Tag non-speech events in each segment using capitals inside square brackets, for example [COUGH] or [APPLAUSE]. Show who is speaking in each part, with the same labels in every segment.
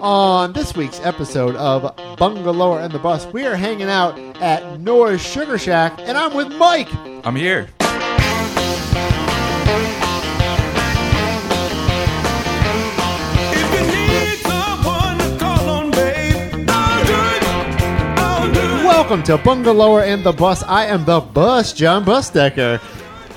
Speaker 1: On this week's episode of Bungalower and the Bus, we are hanging out at Nora's Sugar Shack, and I'm with Mike.
Speaker 2: I'm here.
Speaker 3: If you need someone to call on, babe, I'll do it. I'll do it.
Speaker 1: Welcome to Bungalower and the Bus. I am the bus, John Busdecker.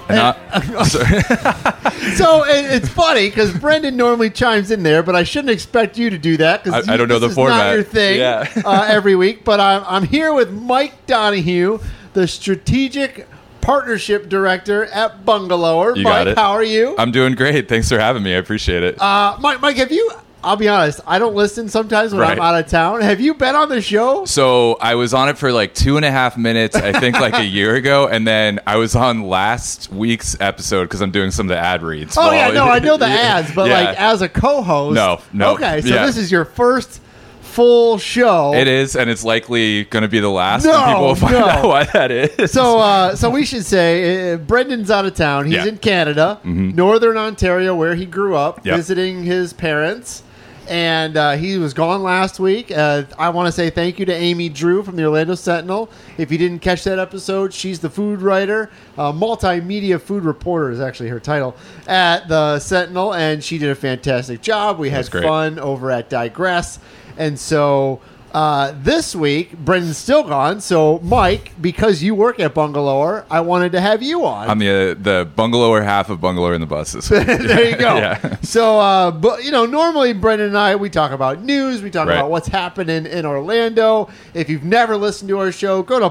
Speaker 2: And I, [LAUGHS] sorry.
Speaker 1: So it, it's funny because Brendan normally chimes in there, but I shouldn't expect you to do that because
Speaker 2: I- I don't know the
Speaker 1: Not
Speaker 2: format.
Speaker 1: your thing
Speaker 2: Yeah.
Speaker 1: uh, every week, but I'm, I'm here with Mike Donahue, the strategic partnership director at Bungalower.
Speaker 2: You
Speaker 1: Mike,
Speaker 2: got it.
Speaker 1: how are you?
Speaker 2: I'm doing great. Thanks for having me. I appreciate it.
Speaker 1: uh, Mike, Mike, have you? I'll be honest. I don't listen sometimes when I'm
Speaker 2: Right.
Speaker 1: out of town. Have you been on the show?
Speaker 2: so I was on it for like two and a half minutes, I think like a year ago, and then I was on last week's episode because I'm doing some of the ad reads.
Speaker 1: Oh
Speaker 2: while-
Speaker 1: yeah,
Speaker 2: [LAUGHS]
Speaker 1: no, I know the ads, but
Speaker 2: Yeah.
Speaker 1: like as a co-host,
Speaker 2: No, no,
Speaker 1: Okay, so
Speaker 2: yeah.
Speaker 1: this is your first full show.
Speaker 2: It is, and it's likely going to be the last.
Speaker 1: No,
Speaker 2: and people [LAUGHS] will find
Speaker 1: no.
Speaker 2: out why that is.
Speaker 1: So, uh, so we should say uh, Brendan's out of town. He's
Speaker 2: Yeah. Mm-hmm.
Speaker 1: in Canada, northern Ontario, where he grew up,
Speaker 2: Yep.
Speaker 1: visiting his parents. And uh, he was gone last week. Uh, I want to say thank you to Amy Drew from the Orlando Sentinel. If you didn't catch that episode, she's the food writer, uh, multimedia food reporter is actually her title at the Sentinel, and she did a fantastic job. We had
Speaker 2: That's great.
Speaker 1: fun over at Digress, and so uh, this week, Brendan's still gone. So, Mike, because you work at Bungalower, I wanted to have you on.
Speaker 2: I'm the uh, the bungalower half of bungalower in the
Speaker 1: [LAUGHS]
Speaker 2: buses.
Speaker 1: there you go.
Speaker 2: [LAUGHS] Yeah.
Speaker 1: So, uh, but you know, normally Brendan and I we talk about news, we talk
Speaker 2: Right.
Speaker 1: about what's happening in Orlando. If you've never listened to our show, go to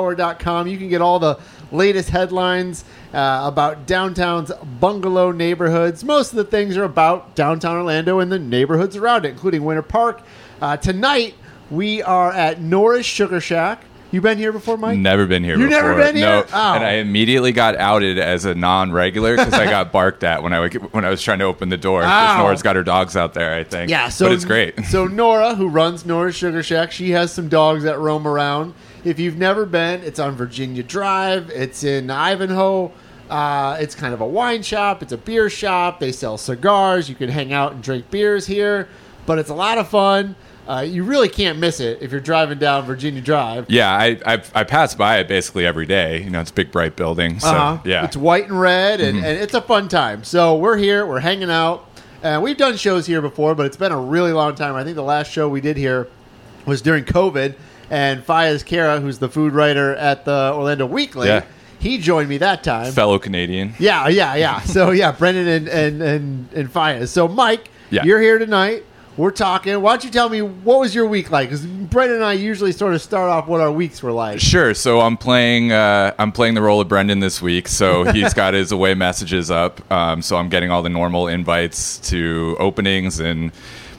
Speaker 1: bungalower.com. You can get all the latest headlines uh, about downtown's bungalow neighborhoods. Most of the things are about downtown Orlando and the neighborhoods around it, including Winter Park. Uh, tonight we are at Norris Sugar Shack. You been here before, Mike?
Speaker 2: Never been here
Speaker 1: You've
Speaker 2: before.
Speaker 1: never been
Speaker 2: No.
Speaker 1: here? Oh.
Speaker 2: And I immediately got outed as a non-regular because
Speaker 1: [LAUGHS]
Speaker 2: I got barked at when I would- when I was trying to open the door. 'cause
Speaker 1: Ow.
Speaker 2: Nora's got her dogs out there, I think.
Speaker 1: Oh. Yeah, so
Speaker 2: but it's
Speaker 1: [LAUGHS]
Speaker 2: great.
Speaker 1: so Nora, who runs Nora's Sugar Shack, she has some dogs that roam around. If you've never been, it's on Virginia Drive. It's in Ivanhoe. Uh, it's kind of a wine shop. It's a beer shop. They sell cigars. You can hang out and drink beers here, but it's a lot of fun. Uh, you really can't miss it if you're driving down Virginia Drive.
Speaker 2: [LAUGHS] Yeah, I, I I pass by it basically every day. You know, it's a big bright building. So
Speaker 1: Uh-huh.
Speaker 2: yeah, Mm-hmm.
Speaker 1: It's white and red, and, and it's a fun time. So we're here, we're hanging out. And we've done shows here before, but it's been a really long time. I think the last show we did here was during COVID, and Fayez Kara, who's the food writer at the Orlando Weekly,
Speaker 2: Yeah.
Speaker 1: he joined me that time.
Speaker 2: fellow Canadian.
Speaker 1: yeah, yeah, yeah. [LAUGHS] So yeah, Brendan and and and, and Fayez. So Mike,
Speaker 2: Yeah.
Speaker 1: you're here tonight. We're talking. Why don't you tell me what was your week like? Because Brendan and I usually sort of start off what our weeks were like.
Speaker 2: Sure. So I'm playing. Uh, I'm playing the role of Brendan this week. So
Speaker 1: [LAUGHS]
Speaker 2: he's got his away messages up. Um, so I'm getting all the normal invites to openings and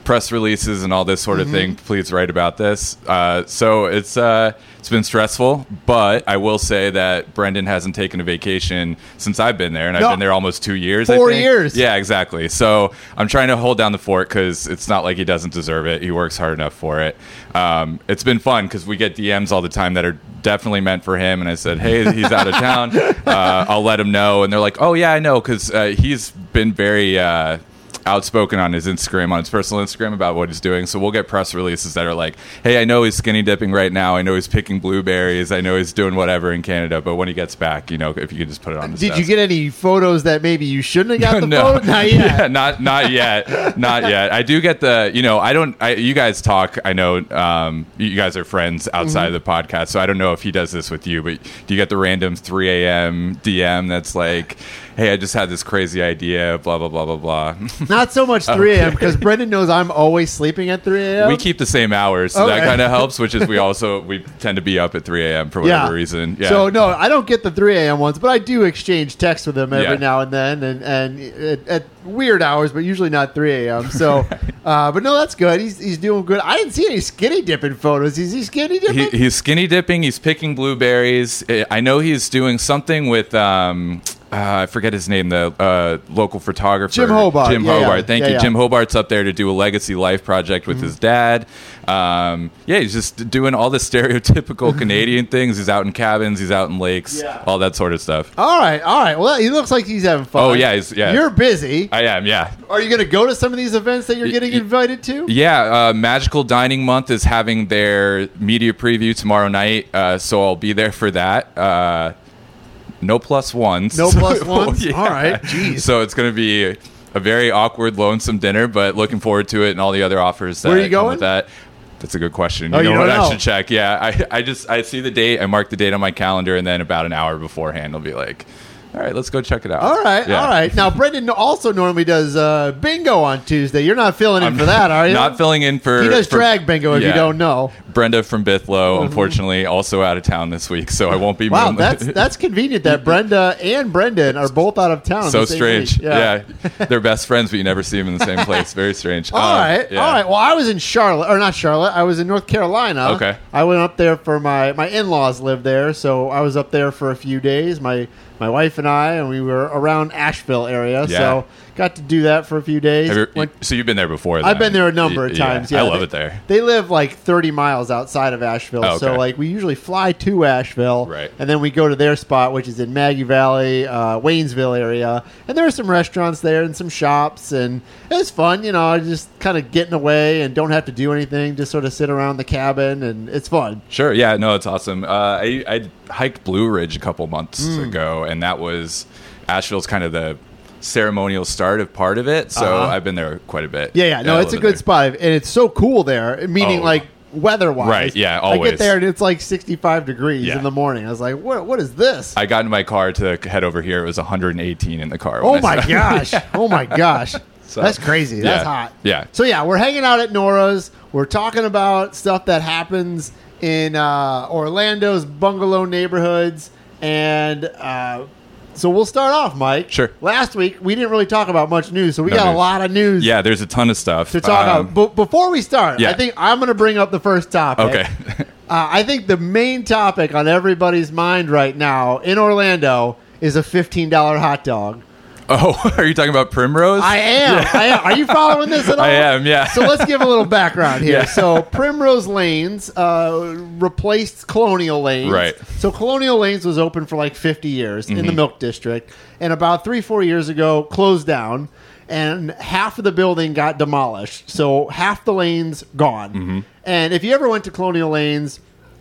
Speaker 2: press releases and all this sort of thing.
Speaker 1: Mm-hmm.
Speaker 2: Please write about this. Uh, so it's uh, it's been stressful, but I will say that Brendan hasn't taken a vacation since I've been there, and
Speaker 1: No.
Speaker 2: I've been there almost two years. I
Speaker 1: Four
Speaker 2: think.
Speaker 1: years.
Speaker 2: Yeah, exactly. So I'm trying to hold down the fort because it's not like he doesn't deserve it. He works hard enough for it. Um, it's been fun because we get DMs all the time that are definitely meant for him. And I said, hey, he's out of town.
Speaker 1: [LAUGHS]
Speaker 2: Uh, I'll let him know. And they're like, oh, yeah, I know, because uh, he's been very. Uh, outspoken on his Instagram, on his personal Instagram about what he's doing. So we'll get press releases that are like, hey, I know he's skinny dipping right now. I know he's picking blueberries. I know he's doing whatever in Canada. But when he gets back, you know, if you could just put it on his
Speaker 1: Uh, Did you
Speaker 2: desk."
Speaker 1: get any photos that maybe you shouldn't have got
Speaker 2: [LAUGHS]
Speaker 1: the photo? Not yet.
Speaker 2: Yeah, not not
Speaker 1: [LAUGHS]
Speaker 2: yet, not yet. I do get the, you know, I don't. I, you guys talk. I know um, you guys are
Speaker 1: Mm-hmm.
Speaker 2: friends outside of the podcast, so I don't know if he does this with you, but do you get the random 3 a.m. DM that's like, "Hey, I just had this crazy idea," blah blah blah blah blah. [LAUGHS]
Speaker 1: Not so much 3 a.m. because Brendan knows I'm always sleeping at 3 a.m.
Speaker 2: we keep the same hours, so that
Speaker 1: Okay.
Speaker 2: kind of helps. Which
Speaker 1: [LAUGHS]
Speaker 2: is we also we tend to be up at 3 a.m. for whatever reason. Yeah.
Speaker 1: So no, I don't get the 3 a.m. ones, but I do exchange texts with him every
Speaker 2: Yeah.
Speaker 1: now and then, and and at, at weird hours, but usually not 3 a.m.
Speaker 2: [LAUGHS]
Speaker 1: So, uh, but no, that's good. He's he's doing good. I didn't see any skinny dipping photos. Is he skinny dipping?
Speaker 2: Uh, he, he's skinny dipping. He's picking blueberries. I- I know he's doing something with um, uh, I forget his name, the uh, local photographer.
Speaker 1: Jim Hobart.
Speaker 2: Jim
Speaker 1: Yeah, yeah.
Speaker 2: Hobart. Thank
Speaker 1: Yeah,
Speaker 2: you.
Speaker 1: yeah. Mm-hmm.
Speaker 2: Jim Hobart's up there to do a legacy life project with his dad. Um, yeah, he's just doing all the [LAUGHS] stereotypical Canadian things. He's out in cabins, he's out in lakes,
Speaker 1: Yeah.
Speaker 2: all that sort of stuff.
Speaker 1: All right, all right. Well, he looks like he's having fun.
Speaker 2: Oh, yeah, he's- yeah.
Speaker 1: You're busy.
Speaker 2: I am, yeah.
Speaker 1: Are you going to go to some of these events that you're getting
Speaker 2: y-
Speaker 1: invited to?
Speaker 2: Yeah, uh, Magical Dining Month is having their media preview tomorrow night, uh, so I'll be there for that. Uh, no plus ones.
Speaker 1: No
Speaker 2: So- [LAUGHS]
Speaker 1: plus ones?
Speaker 2: Yeah.
Speaker 1: All right. Jeez.
Speaker 2: So it's going to be a very awkward, lonesome dinner, but looking forward to it and all the other offers. That
Speaker 1: Where are you
Speaker 2: come
Speaker 1: going?
Speaker 2: With that. That's a good question.
Speaker 1: Oh, you
Speaker 2: know what?
Speaker 1: don't know.
Speaker 2: I should check. Yeah, I, I just I see the date, I mark the date on my calendar, and then about an hour beforehand, I'll be like, "All right, let's go check it out."
Speaker 1: All right,
Speaker 2: Yeah.
Speaker 1: all right. Now, Brendan also normally does uh, bingo on Tuesday. You're not filling in
Speaker 2: I'm
Speaker 1: for that, are you?
Speaker 2: [LAUGHS] Not filling in for.
Speaker 1: He does
Speaker 2: for-
Speaker 1: drag bingo if you
Speaker 2: Yeah.
Speaker 1: don't know.
Speaker 2: Brenda from Bithlow, unfortunately, also out of town this week, so I won't be.
Speaker 1: Mm-hmm. Wow,
Speaker 2: moon-
Speaker 1: that's
Speaker 2: [LAUGHS]
Speaker 1: that's convenient that Brenda and Brendan are both out of town.
Speaker 2: so
Speaker 1: the same
Speaker 2: strange.
Speaker 1: week.
Speaker 2: Yeah. they're best friends, but you never see them in the same place. Very
Speaker 1: [LAUGHS]
Speaker 2: strange.
Speaker 1: All
Speaker 2: Uh,
Speaker 1: right,
Speaker 2: yeah.
Speaker 1: all right. Well, I was in Charlotte, or not Charlotte. I was in North Carolina.
Speaker 2: Okay.
Speaker 1: I went up there for my my in laws live there, so I was up there for a few days. My my wife and I, and we were around Asheville area,
Speaker 2: Yeah.
Speaker 1: so got to do that for a few days.
Speaker 2: Have you-
Speaker 1: Went-
Speaker 2: so you've been there before.
Speaker 1: I've
Speaker 2: then?
Speaker 1: been there a number of
Speaker 2: Yeah.
Speaker 1: times. Yeah,
Speaker 2: I love
Speaker 1: They-
Speaker 2: it there.
Speaker 1: They live like 30 miles outside of Asheville,
Speaker 2: Oh,
Speaker 1: so
Speaker 2: okay.
Speaker 1: like we usually fly to Asheville,
Speaker 2: Right.
Speaker 1: And then we go to their spot, which is in Maggie Valley, uh, Waynesville area, and there are some restaurants there and some shops, and it was fun. You know, just kind of getting away and don't have to do anything, just sort of sit around the cabin, and it's fun.
Speaker 2: Sure. Yeah. No, it's awesome. Uh, I, I hiked Blue Ridge a couple months
Speaker 1: Mm.
Speaker 2: ago, and that was Asheville's kind of the ceremonial start of part of it. So
Speaker 1: Uh-huh.
Speaker 2: I've been there quite a bit.
Speaker 1: Yeah, yeah. No,
Speaker 2: I
Speaker 1: it's a
Speaker 2: love it
Speaker 1: good
Speaker 2: there.
Speaker 1: spot, and it's so cool there. Meaning,
Speaker 2: Oh.
Speaker 1: like weather wise,
Speaker 2: Right, yeah,
Speaker 1: I get
Speaker 2: always.
Speaker 1: there and it's like 65 degrees
Speaker 2: Yeah.
Speaker 1: in the morning. I was like, what? What is this?
Speaker 2: I got in my car to head over here. It was 118 in the car. when
Speaker 1: Oh
Speaker 2: I [LAUGHS]
Speaker 1: my
Speaker 2: started.
Speaker 1: gosh. Oh my gosh.
Speaker 2: [LAUGHS] So-
Speaker 1: That's crazy. That's
Speaker 2: Yeah.
Speaker 1: hot.
Speaker 2: Yeah.
Speaker 1: So yeah, we're hanging out at Nora's. We're talking about stuff that happens in uh, Orlando's bungalow neighborhoods, and uh, so we'll start off, Mike.
Speaker 2: Sure.
Speaker 1: Last week we didn't really talk about much news, so we
Speaker 2: No
Speaker 1: got a
Speaker 2: news.
Speaker 1: lot of news.
Speaker 2: Yeah, there's a ton of stuff
Speaker 1: To talk
Speaker 2: Um,
Speaker 1: about, but before we start, I
Speaker 2: yeah.
Speaker 1: think I'm going to bring up the first topic.
Speaker 2: Okay.
Speaker 1: Uh, I think the main topic on everybody's mind right now in Orlando is a $15 hot dog.
Speaker 2: [LAUGHS] Oh, [LAUGHS] are you talking about Primrose?
Speaker 1: I am.
Speaker 2: [LAUGHS]
Speaker 1: I am. Are you following this at all?
Speaker 2: I am, yeah.
Speaker 1: So let's give a little background here.
Speaker 2: Yeah.
Speaker 1: So Primrose Lanes uh, replaced Colonial Lanes.
Speaker 2: Right. Mm-hmm.
Speaker 1: So Colonial Lanes was open for like 50 years in the Milk District, and about three, four years ago, closed down, and half of the building got demolished. So half the lanes gone.
Speaker 2: Mm-hmm.
Speaker 1: And if you ever went to Colonial Lanes,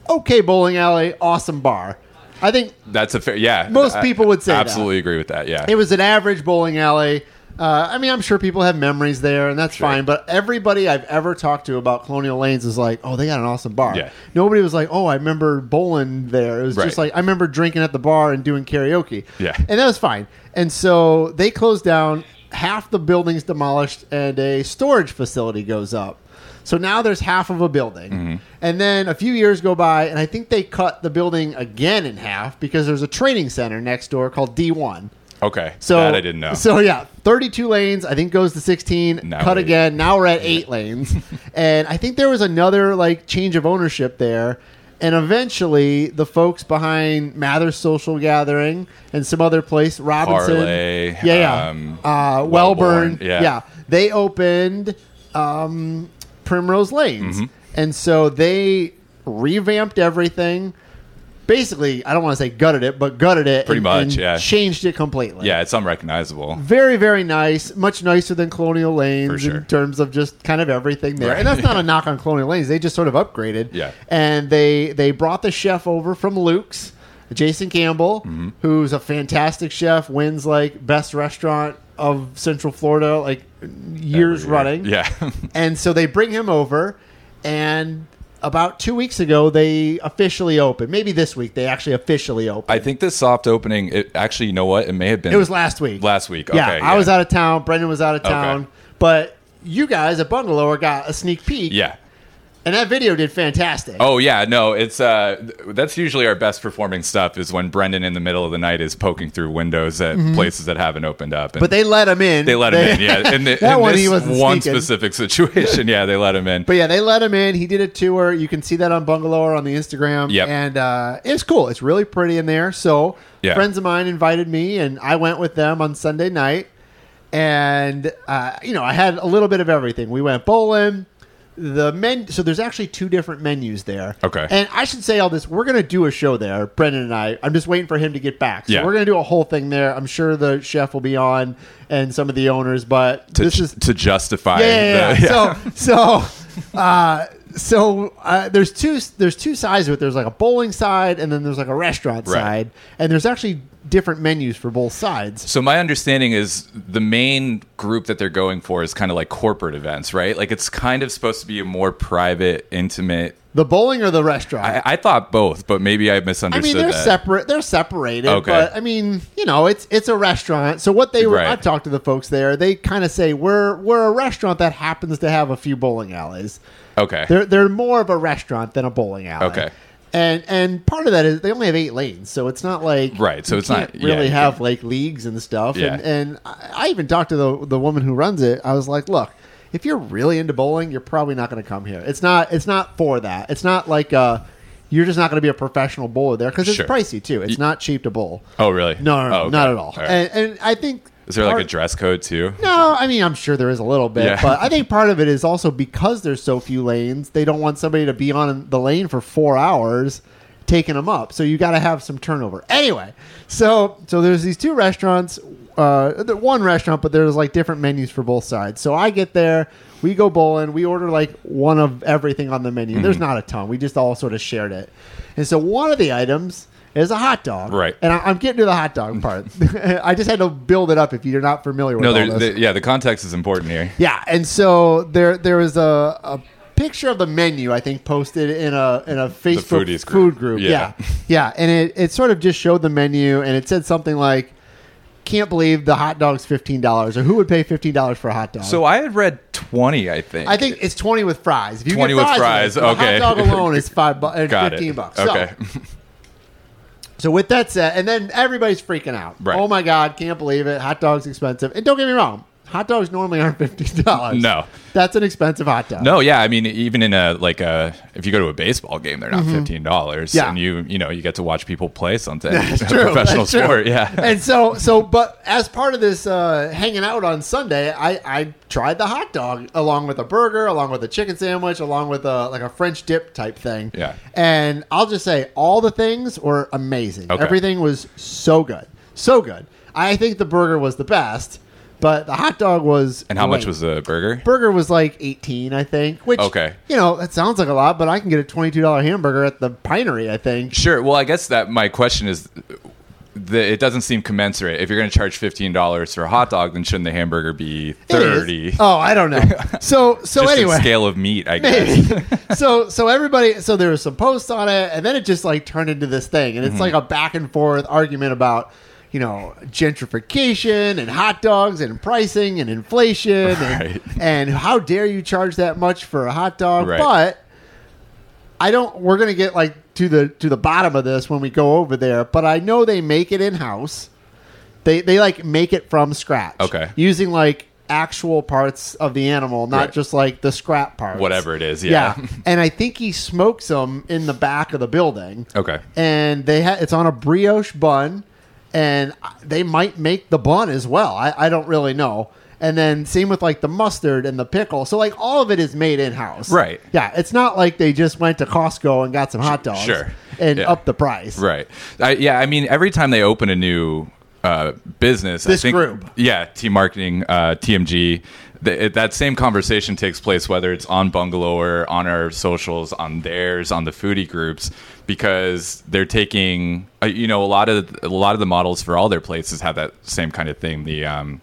Speaker 1: okay bowling alley, awesome bar. I think
Speaker 2: That's a fair. Yeah,
Speaker 1: Most
Speaker 2: I-
Speaker 1: people would say that.
Speaker 2: Absolutely agree with that. Yeah,
Speaker 1: it was an average bowling alley. Uh, I mean, I'm sure people have memories there, and that's fine. But everybody I've ever talked to about Colonial Lanes is like, "Oh, they got an awesome bar."
Speaker 2: Yeah.
Speaker 1: Nobody was like, "Oh, I remember bowling there." It was just
Speaker 2: Right.
Speaker 1: like I remember drinking at the bar and doing karaoke.
Speaker 2: Yeah.
Speaker 1: and that was fine. And so they closed down. Half the building's demolished, and a storage facility goes up. So now there's half of a building.
Speaker 2: Mm-hmm.
Speaker 1: And then a few years go by, and I think they cut the building again in half because there's a training center next door called D1.
Speaker 2: okay.
Speaker 1: So
Speaker 2: that I didn't know.
Speaker 1: So yeah, thirty-two lanes. I think goes to sixteen.
Speaker 2: Now
Speaker 1: cut
Speaker 2: eight.
Speaker 1: again. Now we're at eight lanes,
Speaker 2: [LAUGHS]
Speaker 1: and I think there was another like change of ownership there. And eventually, the folks behind Mather Social Gathering and some other place, Robinson,
Speaker 2: Parlay,
Speaker 1: yeah, yeah,
Speaker 2: um,
Speaker 1: uh, Wellborn,
Speaker 2: Wellborn,
Speaker 1: yeah.
Speaker 2: yeah.
Speaker 1: they opened um, Primrose Lanes,
Speaker 2: Mm-hmm.
Speaker 1: and so they revamped everything. Basically, I don't want to say gutted it, but gutted it
Speaker 2: Pretty
Speaker 1: and-
Speaker 2: much,
Speaker 1: and
Speaker 2: yeah.
Speaker 1: changed it completely.
Speaker 2: yeah, it's unrecognizable.
Speaker 1: Very, very nice. Much nicer than Colonial Lanes
Speaker 2: For sure.
Speaker 1: in terms of just kind of everything there.
Speaker 2: Right.
Speaker 1: And that's not a knock on Colonial Lanes. They just sort of upgraded.
Speaker 2: Yeah.
Speaker 1: And they they brought the chef over from Luke's, Jason Campbell,
Speaker 2: Mm-hmm.
Speaker 1: who's a fantastic chef, wins like best restaurant of Central Florida like years
Speaker 2: Every year.
Speaker 1: running.
Speaker 2: Yeah, [LAUGHS]
Speaker 1: And so they bring him over, and about two weeks ago they officially opened. Maybe this week they actually officially opened.
Speaker 2: I think this soft opening. It, actually, you know what? It may have been.
Speaker 1: It was last week.
Speaker 2: Last week.
Speaker 1: yeah,
Speaker 2: okay,
Speaker 1: I was out of town. Brendan was out of
Speaker 2: Okay.
Speaker 1: town, but you guys at Bungalower got a sneak peek.
Speaker 2: Yeah,
Speaker 1: And that video did fantastic.
Speaker 2: Oh yeah, no, it's uh, th- that's usually our best performing stuff is when Brendan in the middle of the night is poking through windows at places that haven't opened up. And
Speaker 1: Mm-hmm. But they let him in.
Speaker 2: they let him in, yeah. In, the,
Speaker 1: [LAUGHS] that
Speaker 2: in
Speaker 1: one
Speaker 2: this
Speaker 1: he wasn't
Speaker 2: one
Speaker 1: sneaking.
Speaker 2: specific [LAUGHS] situation, yeah, they let him in.
Speaker 1: But yeah, they let him in. He did a tour. You can see that on Bungalow or on the Instagram.
Speaker 2: Yep.
Speaker 1: And uh, it's cool. It's really pretty in there. So
Speaker 2: Yeah.
Speaker 1: friends of mine invited me, and I went with them on Sunday night. And, uh, you know, I had a little bit of everything. We went bowling. The men, so there's actually two different menus there.
Speaker 2: Okay.
Speaker 1: And I should say all this. We're going to do a show there, Brendan and I. I'm just waiting for him to get back. So
Speaker 2: Yeah.
Speaker 1: we're going to do a whole thing there. I'm sure the chef will be on and some of the owners, but
Speaker 2: to,
Speaker 1: this is
Speaker 2: to justify
Speaker 1: yeah, [LAUGHS] yeah,
Speaker 2: the-
Speaker 1: yeah.
Speaker 2: [LAUGHS]
Speaker 1: So, so, uh, so uh, there's two there's two sides of it. There's like a bowling side, and then there's like a restaurant
Speaker 2: Right.
Speaker 1: side, and there's actually different menus for both sides.
Speaker 2: So my understanding is the main group that they're going for is kind of like corporate events, right? Like it's kind of supposed to be a more private, intimate.
Speaker 1: The bowling or the restaurant.
Speaker 2: I, I thought both, but maybe I
Speaker 1: I mean,
Speaker 2: misunderstood
Speaker 1: they're
Speaker 2: that.
Speaker 1: separate. They're separated.
Speaker 2: Okay.
Speaker 1: But I mean, you know, it's it's a restaurant. So what they were,
Speaker 2: Right.
Speaker 1: I've talked to the folks there. They kind of say we're we're a restaurant that happens to have a few bowling alleys.
Speaker 2: okay.
Speaker 1: They're they're more of a restaurant than a bowling alley.
Speaker 2: Okay.
Speaker 1: And and part of that is they only have eight lanes, so it's not like
Speaker 2: Right, so
Speaker 1: you
Speaker 2: it's not-
Speaker 1: can't really
Speaker 2: yeah, you
Speaker 1: have like leagues and stuff.
Speaker 2: Yeah.
Speaker 1: And and I I even talked to the the woman who runs it. I was like, look. If you're really into bowling, you're probably not going to come here. It's not. It's not for that. It's not like uh, you're just not going to be a professional bowler there because it's
Speaker 2: Sure.
Speaker 1: pricey too. It's not cheap to bowl.
Speaker 2: oh, really?
Speaker 1: No, no, no,
Speaker 2: Oh, okay.
Speaker 1: not at all.
Speaker 2: right.
Speaker 1: And, and I think
Speaker 2: is there like a
Speaker 1: part-
Speaker 2: dress code too?
Speaker 1: no, I mean, I'm sure there is a little bit,
Speaker 2: Yeah.
Speaker 1: but I think part of it is also because there's so few lanes, they don't want somebody to be on the lane for four hours taking them up. So you got to have some turnover. Anyway, so so there's these two restaurants, uh, the- one restaurant, but there's like different menus for both sides. So I get there, we go bowling, we order like one of everything on the
Speaker 2: Mm-hmm.
Speaker 1: menu. There's not a ton. We just all sort of shared it, and so one of the items. Is a hot dog,
Speaker 2: Right.
Speaker 1: And I, I'm getting to the hot dog part. [LAUGHS] I just had to build it up. If you're not familiar with
Speaker 2: No,
Speaker 1: all
Speaker 2: there-
Speaker 1: this.
Speaker 2: the, yeah, the context is important here.
Speaker 1: Yeah, and so there there was a, a picture of the menu I think posted in a in a Facebook
Speaker 2: foodies group.
Speaker 1: food group.
Speaker 2: Yeah.
Speaker 1: Yeah. yeah, and it it sort of just showed the menu and it said something like, "Can't believe the hot dog's fifteen dollars," or "Who would pay fifteen dollars for a hot dog?"
Speaker 2: So I had read twenty, I think.
Speaker 1: I think it's twenty with fries. If you
Speaker 2: 20
Speaker 1: get
Speaker 2: with
Speaker 1: fries,
Speaker 2: fries,
Speaker 1: the
Speaker 2: okay. [LAUGHS]
Speaker 1: hot dog alone is five bu- uh,
Speaker 2: Got
Speaker 1: fifteen
Speaker 2: it.
Speaker 1: bucks. So-
Speaker 2: Okay.
Speaker 1: so with that said, and then everybody's freaking out.
Speaker 2: Right.
Speaker 1: Oh my god, can't believe it! Hot dog's expensive, and don't get me wrong, hot dogs normally aren't fifteen dollars.
Speaker 2: No.
Speaker 1: that's an expensive hot dog.
Speaker 2: No, yeah, I mean, even in a like a if you go to a baseball game, they're not fifteen dollars,
Speaker 1: Mm-hmm. Yeah.
Speaker 2: and you you know you get to watch people play something. [LAUGHS]
Speaker 1: That's true.
Speaker 2: professional
Speaker 1: That's true.
Speaker 2: sport, yeah.
Speaker 1: and so, so, but as part of this uh, hanging out on Sunday, I, I tried the hot dog along with a burger, along with a chicken sandwich, along with a like a French dip type thing.
Speaker 2: Yeah.
Speaker 1: And I'll just say, all the things were amazing.
Speaker 2: Okay.
Speaker 1: Everything was so good, so good. I think the burger was the best, but the hot dog was.
Speaker 2: And how much
Speaker 1: great.
Speaker 2: was the burger?
Speaker 1: Burger was like eighteen, I think. Which,
Speaker 2: Okay.
Speaker 1: you know, that sounds like a lot, but I can get a twenty-two dollar hamburger at the Pinery, I think.
Speaker 2: Sure. Well, I guess that my question is, the, it doesn't seem commensurate. If you're going to charge fifteen dollars for a hot dog, then shouldn't the hamburger be
Speaker 1: It is.
Speaker 2: thirty?
Speaker 1: Oh, I
Speaker 2: [LAUGHS]
Speaker 1: don't know. So, so
Speaker 2: Just in
Speaker 1: anyway,
Speaker 2: scale of meat, I guess. [LAUGHS]
Speaker 1: Maybe. so so everybody so there was some posts on it and then it just like turned into this thing and
Speaker 2: Mm-hmm.
Speaker 1: it's like a back and forth argument about you know gentrification and hot dogs and pricing and inflation and,
Speaker 2: Right.
Speaker 1: and how dare you charge that much for a hot dog
Speaker 2: Right.
Speaker 1: but I don't we're going to get like to the to the bottom of this when we go over there but I know they make it in house they they like make it from scratch
Speaker 2: Okay.
Speaker 1: using like actual parts of the animal not
Speaker 2: Right.
Speaker 1: just like the scrap parts
Speaker 2: Whatever it is, yeah. [LAUGHS]
Speaker 1: and I think he smokes them in the back of the building.
Speaker 2: Okay.
Speaker 1: And they ha- it's on a brioche bun, and I- they might make the bun as well. I, I don't really know. And then same with like the mustard and the pickle. So like all of it is made in house.
Speaker 2: Right.
Speaker 1: Yeah. It's not like they just went to Costco and got some hot dogs.
Speaker 2: sure.
Speaker 1: And
Speaker 2: Yeah.
Speaker 1: up the price.
Speaker 2: Right. I, yeah. I mean, every time they open a new uh, business,
Speaker 1: This
Speaker 2: I think,
Speaker 1: group.
Speaker 2: yeah, T marketing, uh, TMG. th- it, that same conversation takes place whether it's on Bungalower, on our socials, on theirs, on the foodie groups, because they're taking, uh, you know, a lot of a lot of the models for all their places have that same kind of thing. The um,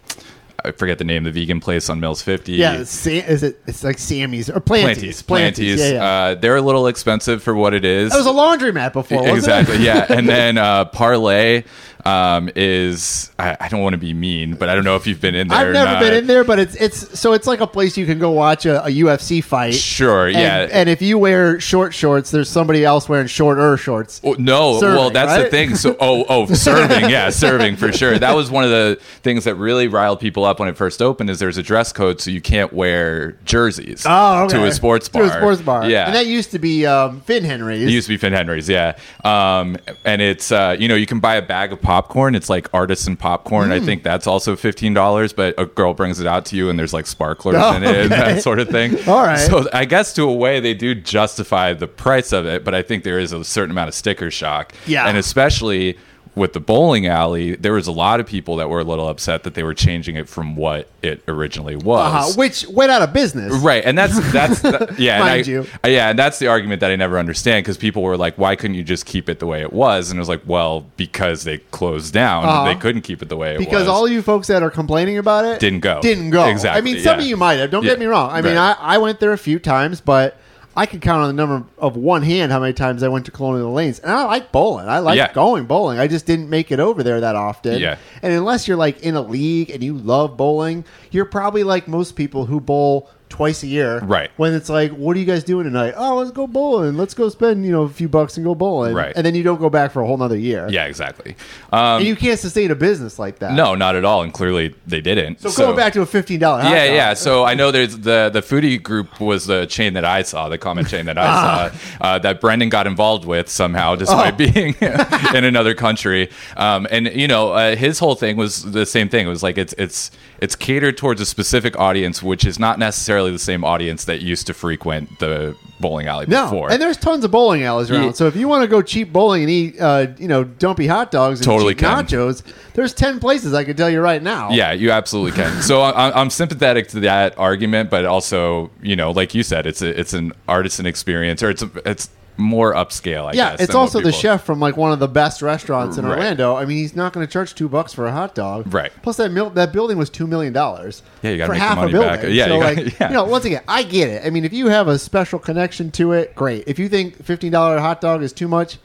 Speaker 2: I forget the name, the vegan place on Mills Fifty.
Speaker 1: Yeah. it's Sa- is it? It's like Sammy's or Planties.
Speaker 2: Planties, Planties.
Speaker 1: Yeah. yeah.
Speaker 2: Uh, they're a little expensive for what it is.
Speaker 1: that was a laundromat before. Wasn't
Speaker 2: Exactly.
Speaker 1: It?
Speaker 2: Yeah. And then uh, Parlay um, is I, I don't want to be mean, but I don't know if you've been in there. or
Speaker 1: I've never
Speaker 2: not.
Speaker 1: been in there, but it's it's so it's like a place you can go watch a, a UFC fight.
Speaker 2: Sure,
Speaker 1: And-
Speaker 2: yeah.
Speaker 1: And if you wear short shorts, there's somebody else wearing shorter shorts.
Speaker 2: Well, no,
Speaker 1: Serving,
Speaker 2: well that's the
Speaker 1: right?
Speaker 2: thing. So oh
Speaker 1: [LAUGHS]
Speaker 2: oh serving, yeah, serving for sure. That was one of the things that really riled people up when it first opened is there's a dress code so you can't wear jerseys
Speaker 1: Oh, okay.
Speaker 2: to a sports bar.
Speaker 1: To a sports bar.
Speaker 2: Yeah.
Speaker 1: And that used to be um, Finn Henry's.
Speaker 2: It used to be Finn Henry's, yeah. Um, and it's uh, you know you can buy a bag of popcorn. It's like artisan popcorn.
Speaker 1: Hmm.
Speaker 2: I think that's also fifteen dollars. But a girl brings it out to you, and there's like sparklers
Speaker 1: Oh,
Speaker 2: in it, and
Speaker 1: okay.
Speaker 2: that sort of thing.
Speaker 1: [LAUGHS] All right.
Speaker 2: So I guess to a way they do justify the price of it, but I think there is a certain amount of sticker shock.
Speaker 1: Yeah.
Speaker 2: And especially with the bowling alley, there was a lot of people that were a little upset that they were changing it from what it originally
Speaker 1: uh-huh,
Speaker 2: was.
Speaker 1: which went out of business.
Speaker 2: Right, and that's that's
Speaker 1: [LAUGHS]
Speaker 2: that, yeah, and
Speaker 1: Mind
Speaker 2: I-
Speaker 1: you.
Speaker 2: uh, yeah, and that's the argument that I never understand because people were like, "Why couldn't you just keep it the way it was?" And it was like, "Well, because they closed down,
Speaker 1: Uh-huh.
Speaker 2: they couldn't keep it the way it was."
Speaker 1: Because all you folks that are complaining about it
Speaker 2: Didn't go.
Speaker 1: Didn't go.
Speaker 2: Exactly,
Speaker 1: I mean, some of
Speaker 2: yeah.
Speaker 1: you might have. Don't
Speaker 2: Yeah,
Speaker 1: get me wrong. I mean, I,
Speaker 2: right.
Speaker 1: I went there a few times, but I could count on the number of one hand how many times I went to Colonial Lanes. And I like bowling. I like
Speaker 2: Yeah.
Speaker 1: going bowling. I just didn't make it over there that often.
Speaker 2: Yeah.
Speaker 1: And unless you're like in a league and you love bowling, you're probably like most people who bowl twice a year.
Speaker 2: Right.
Speaker 1: When it's like, what are you guys doing tonight? Oh, let's go bowling. Let's go spend you know a few bucks and go bowling.
Speaker 2: Right.
Speaker 1: And then you don't go back for a whole nother year.
Speaker 2: yeah, exactly. Um,
Speaker 1: And you can't sustain a business like that.
Speaker 2: no, not at all, and clearly they didn't.
Speaker 1: So, going back to a fifteen dollar.
Speaker 2: yeah, yeah. So I know there's the the foodie group was the chain that I saw, the comment chain that
Speaker 1: Ah.
Speaker 2: I saw uh, that Brendan got involved with somehow,
Speaker 1: Oh. [LAUGHS]
Speaker 2: despite being [LAUGHS] in another country. Um, and you know, uh, his whole thing was the same thing. It was like it's it's it's catered towards a specific audience, which is not necessarily the same audience that used to frequent the bowling alley
Speaker 1: No,
Speaker 2: before.
Speaker 1: and there's tons of bowling alleys around.
Speaker 2: Yeah.
Speaker 1: So if you want to go cheap bowling and eat, uh, you know, dumpy hot dogs and
Speaker 2: Totally
Speaker 1: cheap
Speaker 2: can.
Speaker 1: nachos, there's ten places I could tell you right now.
Speaker 2: Yeah, you absolutely can. So I, I'm sympathetic to that argument, but also, you know, like you said, it's a, it's an artisan experience, or it's a, it's more upscale. I
Speaker 1: yeah.
Speaker 2: guess,
Speaker 1: it's
Speaker 2: than what
Speaker 1: also the
Speaker 2: people-
Speaker 1: chef from like one of the best restaurants in
Speaker 2: Right.
Speaker 1: Orlando. I mean, he's not going to charge two bucks for a hot dog.
Speaker 2: Right.
Speaker 1: Plus that mil- that building was two million dollars.
Speaker 2: Yeah, you gotta
Speaker 1: for
Speaker 2: make the
Speaker 1: half
Speaker 2: money
Speaker 1: a building.
Speaker 2: back. Yeah,
Speaker 1: so
Speaker 2: you gotta-
Speaker 1: like,
Speaker 2: [LAUGHS] yeah.
Speaker 1: you know, once again, I get it. I mean, if you have a special connection to it, great. If you think fifteen dollar hot dog is too much,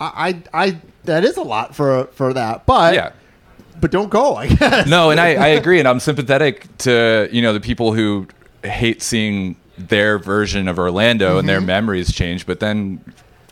Speaker 1: I, I, I that is a lot for for that. But
Speaker 2: Yeah.
Speaker 1: but don't go. I guess.
Speaker 2: No, and I, I agree, and I'm sympathetic to you know the people who hate seeing their version of Orlando and
Speaker 1: Mm-hmm.
Speaker 2: their memories change, but then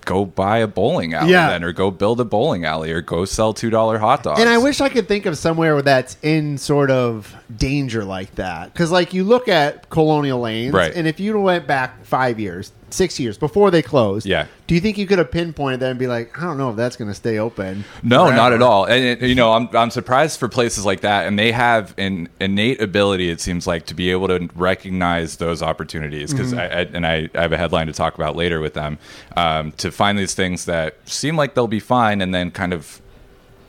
Speaker 2: go buy a bowling alley
Speaker 1: Yeah.
Speaker 2: then, or go build a bowling alley, or go sell two dollar hot dogs.
Speaker 1: And I wish I could think of somewhere that's in sort of danger like that. Because, like, you look at Colonial Lanes,
Speaker 2: Right.
Speaker 1: and if you went back five years, six years before they closed,
Speaker 2: Yeah.
Speaker 1: do you think you could have pinpointed that and be like, I don't know if that's going to stay open?
Speaker 2: No,
Speaker 1: forever?
Speaker 2: not at all. And it, you know, I'm I'm surprised for places like that, and they have an innate ability. It seems like to be able to recognize those opportunities
Speaker 1: Mm-hmm.
Speaker 2: because I, I and I, I have a headline to talk about later with them um, to find these things that seem like they'll be fine, and then kind of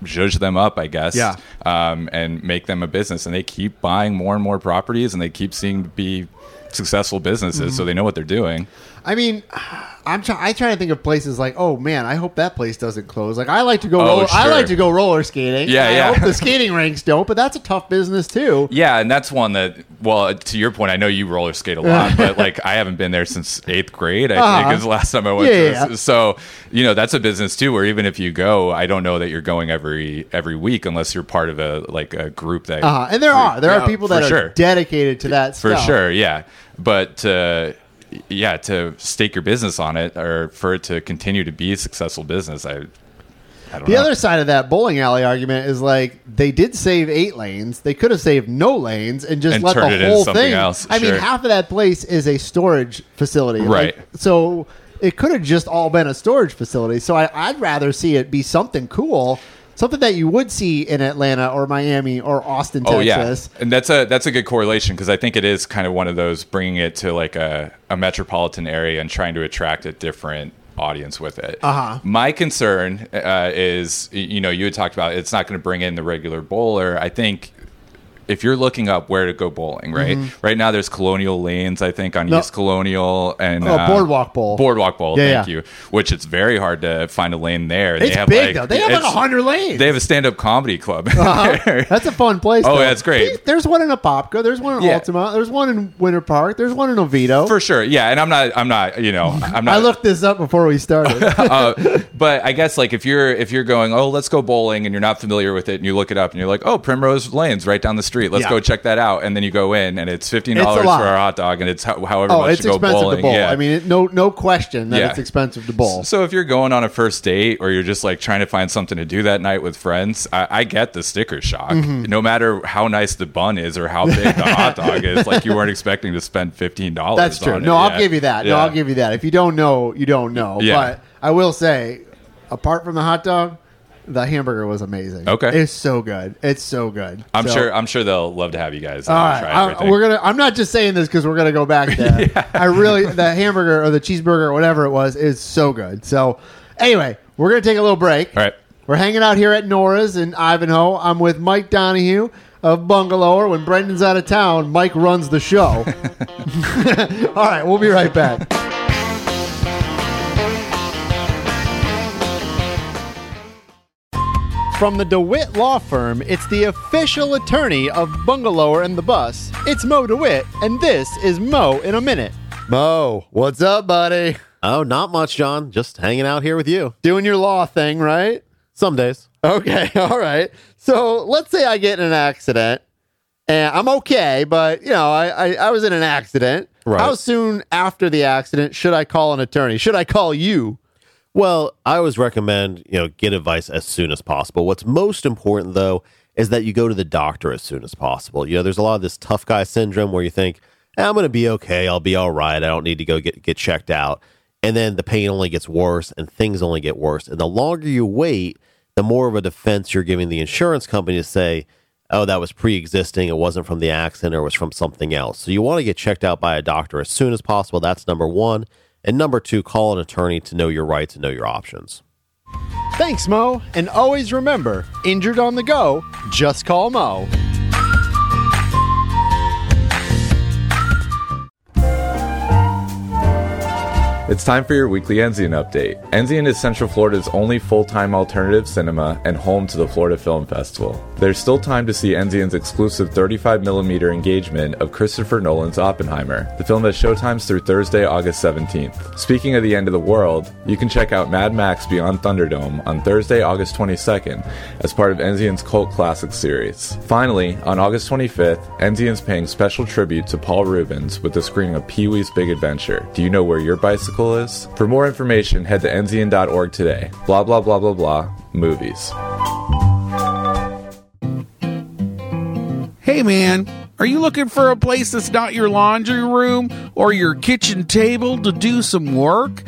Speaker 2: judge them up, I guess,
Speaker 1: Yeah.
Speaker 2: um, and make them a business. And they keep buying more and more properties, and they keep seeing to be successful businesses,
Speaker 1: Mm-hmm.
Speaker 2: so they know what they're doing.
Speaker 1: I mean, I'm try- I try to think of places like, oh man, I hope that place doesn't close. Like I like to go,
Speaker 2: Oh,
Speaker 1: roller- I
Speaker 2: sure.
Speaker 1: like to go roller skating.
Speaker 2: Yeah,
Speaker 1: I
Speaker 2: yeah.
Speaker 1: hope
Speaker 2: [LAUGHS]
Speaker 1: the skating rinks don't, but that's a tough business too.
Speaker 2: Yeah, and that's one that, well, uh, to your point, I know you roller skate a lot, but like I haven't been there since eighth grade. I
Speaker 1: Uh-huh.
Speaker 2: think is the last time I went.
Speaker 1: Yeah,
Speaker 2: to
Speaker 1: yeah.
Speaker 2: this. So you know that's a business too, where even if you go, I don't know that you're going every every week unless you're part of a like a group that.
Speaker 1: Uh, and there are there
Speaker 2: Yeah,
Speaker 1: are people
Speaker 2: for
Speaker 1: that are
Speaker 2: sure.
Speaker 1: dedicated to that
Speaker 2: for
Speaker 1: stuff.
Speaker 2: sure, yeah, but. Uh, yeah, to stake your business on it, or for it to continue to be a successful business, I, I don't
Speaker 1: The
Speaker 2: know.
Speaker 1: other side of that bowling alley argument is like they did save eight lanes. They could have saved no lanes and just
Speaker 2: And
Speaker 1: let
Speaker 2: turned it
Speaker 1: the
Speaker 2: into
Speaker 1: whole
Speaker 2: something
Speaker 1: thing.
Speaker 2: else,
Speaker 1: I mean,
Speaker 2: sure.
Speaker 1: half of that place is a storage facility, Like,
Speaker 2: Right.
Speaker 1: so it could have just all been a storage facility. So I, I'd rather see it be something cool, something that you would see in Atlanta or Miami or Austin,
Speaker 2: Oh,
Speaker 1: Texas.
Speaker 2: and that's a that's a good correlation because I think it is kind of one of those bringing it to like a, a metropolitan area and trying to attract a different audience with it.
Speaker 1: Uh-huh.
Speaker 2: My concern uh, is, y- you know, you had talked about it's not going to bring in the regular bowler. I think. if you're looking up where to go bowling, right? Right now, there's Colonial Lanes, I think, on
Speaker 1: Mm-hmm. No.
Speaker 2: East Colonial and uh,
Speaker 1: Oh, Boardwalk Bowl.
Speaker 2: Boardwalk Bowl,
Speaker 1: Yeah,
Speaker 2: thank
Speaker 1: yeah.
Speaker 2: you. Which it's very hard to find a lane there.
Speaker 1: It's big, though. They have, like,
Speaker 2: it's-
Speaker 1: 100 lanes. Uh-huh.
Speaker 2: They have a stand-up comedy club. [LAUGHS] there.
Speaker 1: That's a fun place.
Speaker 2: Oh,
Speaker 1: though.
Speaker 2: yeah, it's great.
Speaker 1: There's one in Apopka. There's one in
Speaker 2: Yeah.
Speaker 1: Altamont. There's one in Winter Park. There's one in Oviedo.
Speaker 2: For sure, yeah, and I'm not, I'm not, you know, I'm not.
Speaker 1: I looked this up before we
Speaker 2: [LAUGHS]
Speaker 1: started.
Speaker 2: uh, but I guess like if you're if you're going, oh, let's go bowling, and you're not familiar with it, and you look it up, and you're like, oh, Primrose Lane's right down the street. Let's
Speaker 1: Yeah.
Speaker 2: go check that out, and then you go in, and it's fifteen
Speaker 1: It's
Speaker 2: dollars
Speaker 1: a
Speaker 2: for
Speaker 1: lot.
Speaker 2: a hot dog, and it's ho- however
Speaker 1: oh,
Speaker 2: much
Speaker 1: it's
Speaker 2: you go
Speaker 1: expensive
Speaker 2: bowling.
Speaker 1: to bowl.
Speaker 2: Yeah.
Speaker 1: I mean, it, no, no question that
Speaker 2: Yeah.
Speaker 1: it's expensive to bowl.
Speaker 2: so if you're going on a first date or you're just like trying to find something to do that night with friends, I, I get the sticker shock.
Speaker 1: Mm-hmm.
Speaker 2: No matter how nice the bun is or how big the hot dog is, like you weren't [LAUGHS] expecting to spend fifteen dollars.
Speaker 1: That's true. No, I'll give you that. No, I'll give you that. If you don't know, you don't know.
Speaker 2: Yeah.
Speaker 1: But I will say, apart from the hot dog, the hamburger was amazing.
Speaker 2: Okay.
Speaker 1: it's so good. It's so good.
Speaker 2: I'm
Speaker 1: So-
Speaker 2: sure. I'm sure they'll love to have you guys.
Speaker 1: All
Speaker 2: uh,
Speaker 1: right,
Speaker 2: try
Speaker 1: I,
Speaker 2: everything.
Speaker 1: we're gonna. I'm not just saying this because we're gonna go back there.
Speaker 2: [LAUGHS]
Speaker 1: I really the hamburger or the cheeseburger or whatever it was is so good. So anyway, we're gonna take a little break.
Speaker 2: All right.
Speaker 1: We're hanging out here at Nora's in Ivanhoe. I'm with Mike Donahue of Bungalower. When Brendan's out of town, Mike runs the show. [LAUGHS] All right, we'll be right back. From the DeWitt Law Firm, it's the official attorney of Bungalower and the Bus. It's Mo DeWitt, and this is Mo in a Minute.
Speaker 4: Mo,
Speaker 1: What's up, buddy?
Speaker 4: oh, not much, John. Just hanging out here with you.
Speaker 1: Doing your law thing, right?
Speaker 4: Some days.
Speaker 1: Okay, [LAUGHS] all right. So let's say I get in an accident and I'm okay, but you know, I, I, I was in an accident.
Speaker 4: Right.
Speaker 1: How soon after the accident should I call an attorney? Should I call you?
Speaker 4: Well, I always recommend, you know, get advice as soon as possible. What's most important though is that you go to the doctor as soon as possible. You know, there's a lot of this tough guy syndrome where you think, eh, I'm going to be okay, I'll be all right. I don't need to go get get checked out. And then the pain only gets worse and things only get worse. And the longer you wait, the more of a defense you're giving the insurance company to say, oh, that was pre existing. It wasn't from the accident or it was from something else. So you want to get checked out by a doctor as soon as possible. That's number one. And number two, call an attorney to know your rights and know your options.
Speaker 1: Thanks, Mo. And always remember injured on the go, just call Mo.
Speaker 2: It's time for your weekly Enzian update. Enzian is Central Florida's only full time alternative cinema and home to the Florida Film Festival. There's still time to see Enzian's exclusive 35mm engagement of Christopher Nolan's Oppenheimer. The film has showtimes through Thursday, August 17th. Speaking of the end of the world, you can check out Mad Max Beyond Thunderdome on Thursday, August 22nd, as part of Enzian's Cult Classics series. Finally, on August 25th, Enzian's paying special tribute to Paul Rubens with the screening of Pee Wee's Big Adventure. Do you know where your bicycle is? For more information, head to enzian.org today. Blah, blah, blah, blah, blah. Movies.
Speaker 5: Hey man, are you looking for a place that's not your laundry room or your kitchen table to do some work?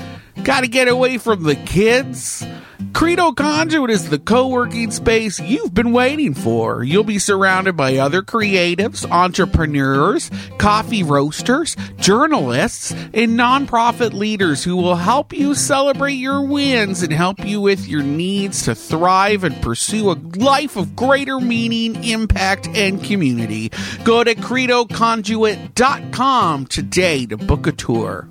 Speaker 5: Gotta get away from the kids? Credo Conduit is the co working space you've been waiting for. You'll be surrounded by other creatives, entrepreneurs, coffee roasters, journalists, and nonprofit leaders who will help you celebrate your wins and help you with your needs to thrive and pursue a life of greater meaning, impact, and community. Go to credoconduit.com today to book a tour.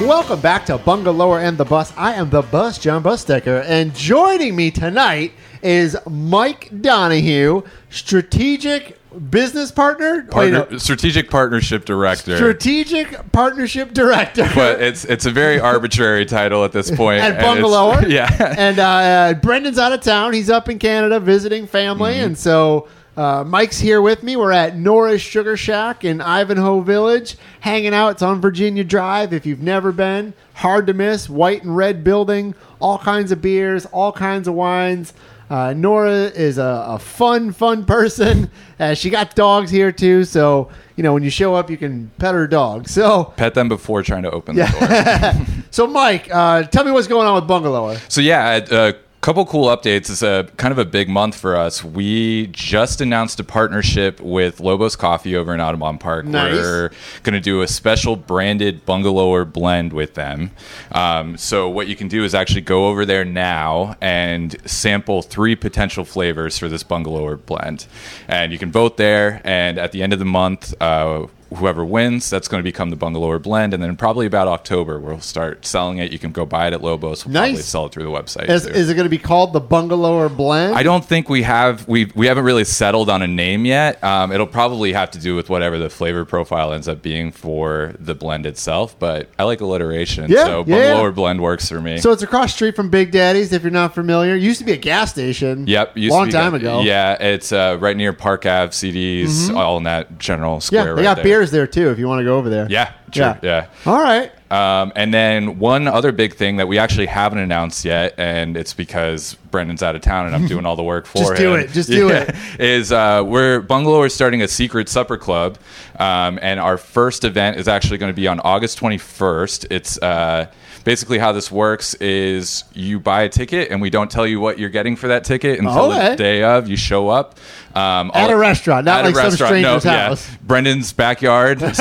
Speaker 1: Welcome back to Bungalower and the Bus. I am the bus, John Bustecker, and joining me tonight is Mike Donahue, strategic business partner. Wait, no.
Speaker 2: strategic Partnership Director.
Speaker 1: Strategic Partnership Director.
Speaker 2: but it's it's a very arbitrary title at this point.
Speaker 1: at
Speaker 2: and it's- [LAUGHS]
Speaker 1: Bungalower.
Speaker 2: Yeah.
Speaker 1: and uh, Brendan's out of town. He's up in Canada visiting family.
Speaker 2: Mm-hmm.
Speaker 1: And so uh, Mike's here with me. We're at Norris Sugar Shack in Ivanhoe Village, hanging out. It's on Virginia Drive if you've never been. Hard to miss. White and red building, all kinds of beers, all kinds of wines. Uh, Nora is a, a fun, fun person. [LAUGHS] Uh, she got dogs here too, so you know when you show up, you can pet her dog. So,
Speaker 2: Pet them before trying to open the door.
Speaker 1: so Mike, uh, tell me what's going on with Bungalower.
Speaker 2: So yeah, at, uh, Couple cool updates. It's a kind of a big month for us. We just announced a partnership with Lobos Coffee over in Audubon Park.
Speaker 1: Nice.
Speaker 2: We're going to do a special branded bungalower blend with them. Um, so what you can do is actually go over there now and sample three potential flavors for this bungalower blend, and you can vote there. And at the end of the month. Uh, Whoever wins, that's going to become the bungalower blend, and then probably about October we'll start selling it. You can go buy it at Lobos. We'll probably
Speaker 1: Nice.
Speaker 2: sell it through the website.
Speaker 1: Is,
Speaker 2: too.
Speaker 1: is it going to be called the Bungalow or Blend?
Speaker 2: I don't think we have we we haven't really settled on a name yet. Um, it'll probably have to do with whatever the flavor profile ends up being for the blend itself. But I like alliteration,
Speaker 1: Yeah,
Speaker 2: so
Speaker 1: yeah.
Speaker 2: bungalow or blend works for me.
Speaker 1: So it's across the street from Big Daddy's. If you're not familiar, it used to be a gas station.
Speaker 2: Yep, used to
Speaker 1: long
Speaker 2: be-
Speaker 1: time ago. Mm-hmm.
Speaker 2: Yeah, it's uh, right near Park Ave, CDs, all in that general
Speaker 1: yeah.
Speaker 2: square.
Speaker 1: They
Speaker 2: right
Speaker 1: got
Speaker 2: there.
Speaker 1: beers there too. If you want to go over there.
Speaker 2: Yeah, true,
Speaker 1: Yeah.
Speaker 2: yeah.
Speaker 1: All right.
Speaker 2: Um, and then one other big thing that we actually haven't announced yet, and it's because Brendan's out of town and I'm doing all the work
Speaker 1: [LAUGHS]
Speaker 2: for
Speaker 1: Just
Speaker 2: him.
Speaker 1: do
Speaker 2: [LAUGHS]
Speaker 1: it. Just do it.
Speaker 2: Is uh, we're Bungalow is starting a secret supper club, um, and our first event is actually going to be on August 21st. It's uh, basically how this works is you buy a ticket, and we don't tell you what you're getting for that ticket until
Speaker 1: Okay.
Speaker 2: the day of. You show up um,
Speaker 1: At
Speaker 2: all-
Speaker 1: a restaurant, not
Speaker 2: at a
Speaker 1: like some
Speaker 2: restaurant. No,
Speaker 1: stranger's
Speaker 2: yeah.
Speaker 1: house.
Speaker 2: Brendan's backyard. [LAUGHS]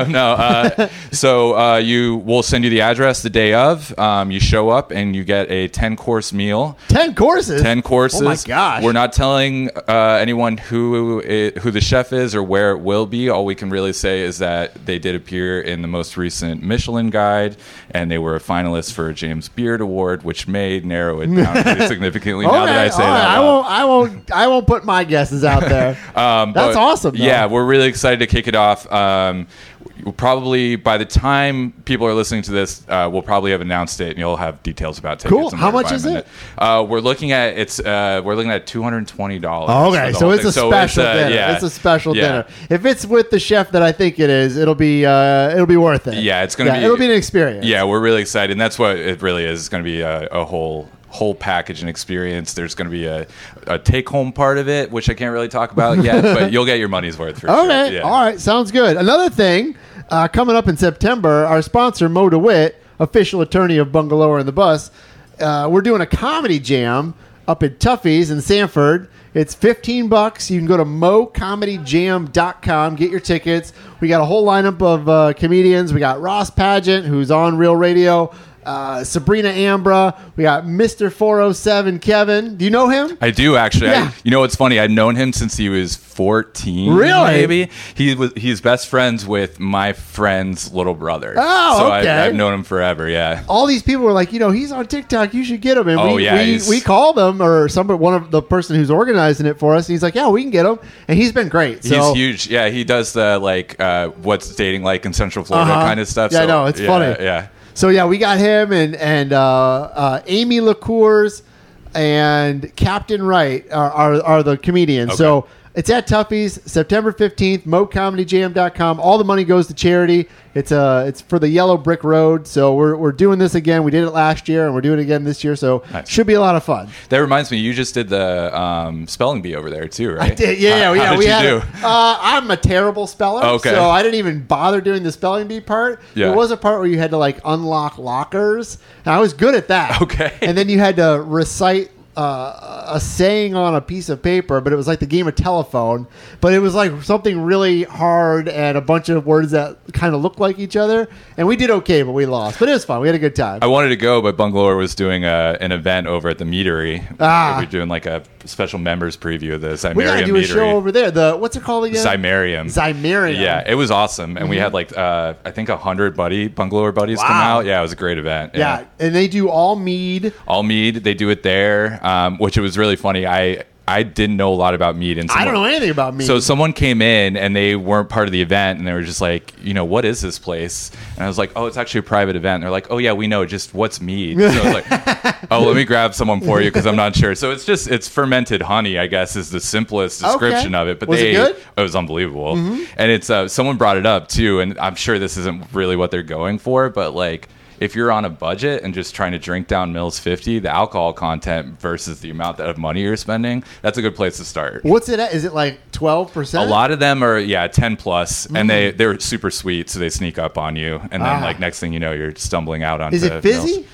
Speaker 2: Uh, no, uh,
Speaker 1: [LAUGHS]
Speaker 2: so uh, you will send you the address the day of. Um, you show up and you get a ten course meal.
Speaker 1: Ten courses.
Speaker 2: Ten courses.
Speaker 1: Oh my gosh.
Speaker 2: We're not telling uh, anyone who i who the chef is or where it will be. All we can really say is that they did appear in the most recent Michelin Guide, and they were a finalist for a James Beard Award, which may narrow it
Speaker 1: [LAUGHS]
Speaker 2: down pretty significantly.
Speaker 1: All
Speaker 2: now that
Speaker 1: right,
Speaker 2: I say
Speaker 1: all right.
Speaker 2: that, uh,
Speaker 1: I
Speaker 2: out loud.
Speaker 1: won't. I won't. I won't put my guesses out there.
Speaker 2: [LAUGHS] Um,
Speaker 1: That's
Speaker 2: but,
Speaker 1: awesome, though.
Speaker 2: Yeah, we're really excited to kick it off. Um, we'll probably by the time people are listening to this, uh, we'll probably have announced it, and you'll have details about tickets.
Speaker 1: Cool.
Speaker 2: and
Speaker 1: How
Speaker 2: where
Speaker 1: much
Speaker 2: to buy
Speaker 1: is
Speaker 2: them
Speaker 1: it?
Speaker 2: and- Uh, we're looking at it's. Uh, we're looking at two hundred and twenty dollars.
Speaker 1: Okay, so it's a special
Speaker 2: uh,
Speaker 1: dinner. It's a special dinner. If it's with the chef that I think it is, it'll be uh, it'll be worth it.
Speaker 2: Yeah, it's gonna be-
Speaker 1: it'll be an experience.
Speaker 2: Yeah, we're really excited, and that's what it really is. It's going to be a, a whole whole package and experience. There's going to be a, a take home part of it, which I can't really talk about
Speaker 1: [LAUGHS]
Speaker 2: yet, but you'll get your money's worth for sure.
Speaker 1: Okay.
Speaker 2: Yeah.
Speaker 1: All right. Sounds good. Another thing uh, coming up in September, our sponsor Mo DeWitt, official attorney of Bungalower and the Bus, uh, we're doing a comedy jam up at Tuffy's in Sanford. It's 15 bucks. You can go to mocomedyjam.com, get your tickets. We got a whole lineup of uh, comedians. We got Ross Pageant, who's on Real Radio. Uh, Sabrina Ambra. We got Mr. 407 Kevin. Do you know him?
Speaker 2: I do actually. I-
Speaker 1: Yeah.
Speaker 2: you know what's funny? I've known him since he was fourteen.
Speaker 1: Really?
Speaker 2: Maybe he was. He's best friends with my friend's little brother.
Speaker 1: Oh,
Speaker 2: so
Speaker 1: okay.
Speaker 2: I, I've known him forever. Yeah.
Speaker 1: all these people were like, you know, he's on TikTok. You should get him. And
Speaker 2: Oh,
Speaker 1: we,
Speaker 2: yeah,
Speaker 1: we,
Speaker 2: he's-
Speaker 1: we called him or somebody, one of the person who's organizing it for us. And he's like, yeah, we can get him. And he's been great. So
Speaker 2: he's huge. Yeah, he does the like uh, what's dating like in Central Florida
Speaker 1: Uh-huh.
Speaker 2: kind of stuff.
Speaker 1: Yeah, I
Speaker 2: so,
Speaker 1: know. It's
Speaker 2: yeah,
Speaker 1: funny.
Speaker 2: Yeah.
Speaker 1: So yeah, we got him and and uh, uh, Amy LaCours and Captain Wright are, are, are the comedians. So it's at Tuffy's September fifteenth, mocomedyjam.com. All the money goes to charity. It's uh it's for the Yellow Brick Road. So we're, we're doing this again. We did it last year and we're doing it again this year. So
Speaker 2: Nice.
Speaker 1: should be a lot of fun.
Speaker 2: That reminds me, you just did the um, spelling bee over there too, right?
Speaker 1: I did. Yeah, yeah,
Speaker 2: How-
Speaker 1: yeah.
Speaker 2: how did
Speaker 1: we
Speaker 2: you
Speaker 1: had
Speaker 2: do?
Speaker 1: it. Uh, I'm a terrible speller,
Speaker 2: Okay.
Speaker 1: so I didn't even bother doing the spelling bee part.
Speaker 2: Yeah.
Speaker 1: There was a part where you had to like unlock lockers, and I was good at that.
Speaker 2: Okay.
Speaker 1: [LAUGHS] and then you had to recite. Uh, a saying on a piece of paper, but it was like the game of telephone. But it was like something really hard and a bunch of words that kind of looked like each other. And we did okay, but we lost. But it was fun. We had a good time.
Speaker 2: I wanted to go, but Bungalower was doing uh an event over at the Meadery.
Speaker 1: Ah.
Speaker 2: We were doing like a special members preview of the Cimerium
Speaker 1: we gotta do a
Speaker 2: Meadery.
Speaker 1: show over there. The what's it called again?
Speaker 2: Zymerium.
Speaker 1: Zymerium.
Speaker 2: Yeah, it was awesome, and we had like uh, I think a hundred buddy bungalower buddies come
Speaker 1: Mm-hmm. Wow.
Speaker 2: out. Yeah, it was a great event.
Speaker 1: yeah. And they do all mead.
Speaker 2: all mead they do it there, um, which it was really funny. I I didn't know a lot about mead, and
Speaker 1: I
Speaker 2: someone-
Speaker 1: don't know anything about mead.
Speaker 2: So someone came in and they weren't part of the event, and they were just like, you know, what is this place? And I was like, oh, it's actually a private event. And they're like, oh yeah, we know. Just what's mead? So I was
Speaker 1: [LAUGHS]
Speaker 2: like, oh, let me grab someone for you because I'm not sure. So it's just it's fermented honey, I guess, is the simplest description
Speaker 1: Okay.
Speaker 2: of it. But
Speaker 1: Was it
Speaker 2: they
Speaker 1: good? Mm-hmm.
Speaker 2: it was unbelievable. And it's uh, someone brought it up too, and I'm sure this isn't really what they're going for, but like. If you're on a budget and just trying to drink down Mills 50, the alcohol content versus the amount of money you're spending, that's a good place to start.
Speaker 1: What's it at? Is it like twelve
Speaker 2: A
Speaker 1: percent?
Speaker 2: lot of them are yeah, ten plus, and they they're super sweet, so they sneak up on you, and then
Speaker 1: Mm-hmm. Ah.
Speaker 2: like next thing you know, you're stumbling out onto.
Speaker 1: Is it fizzy?
Speaker 2: milk.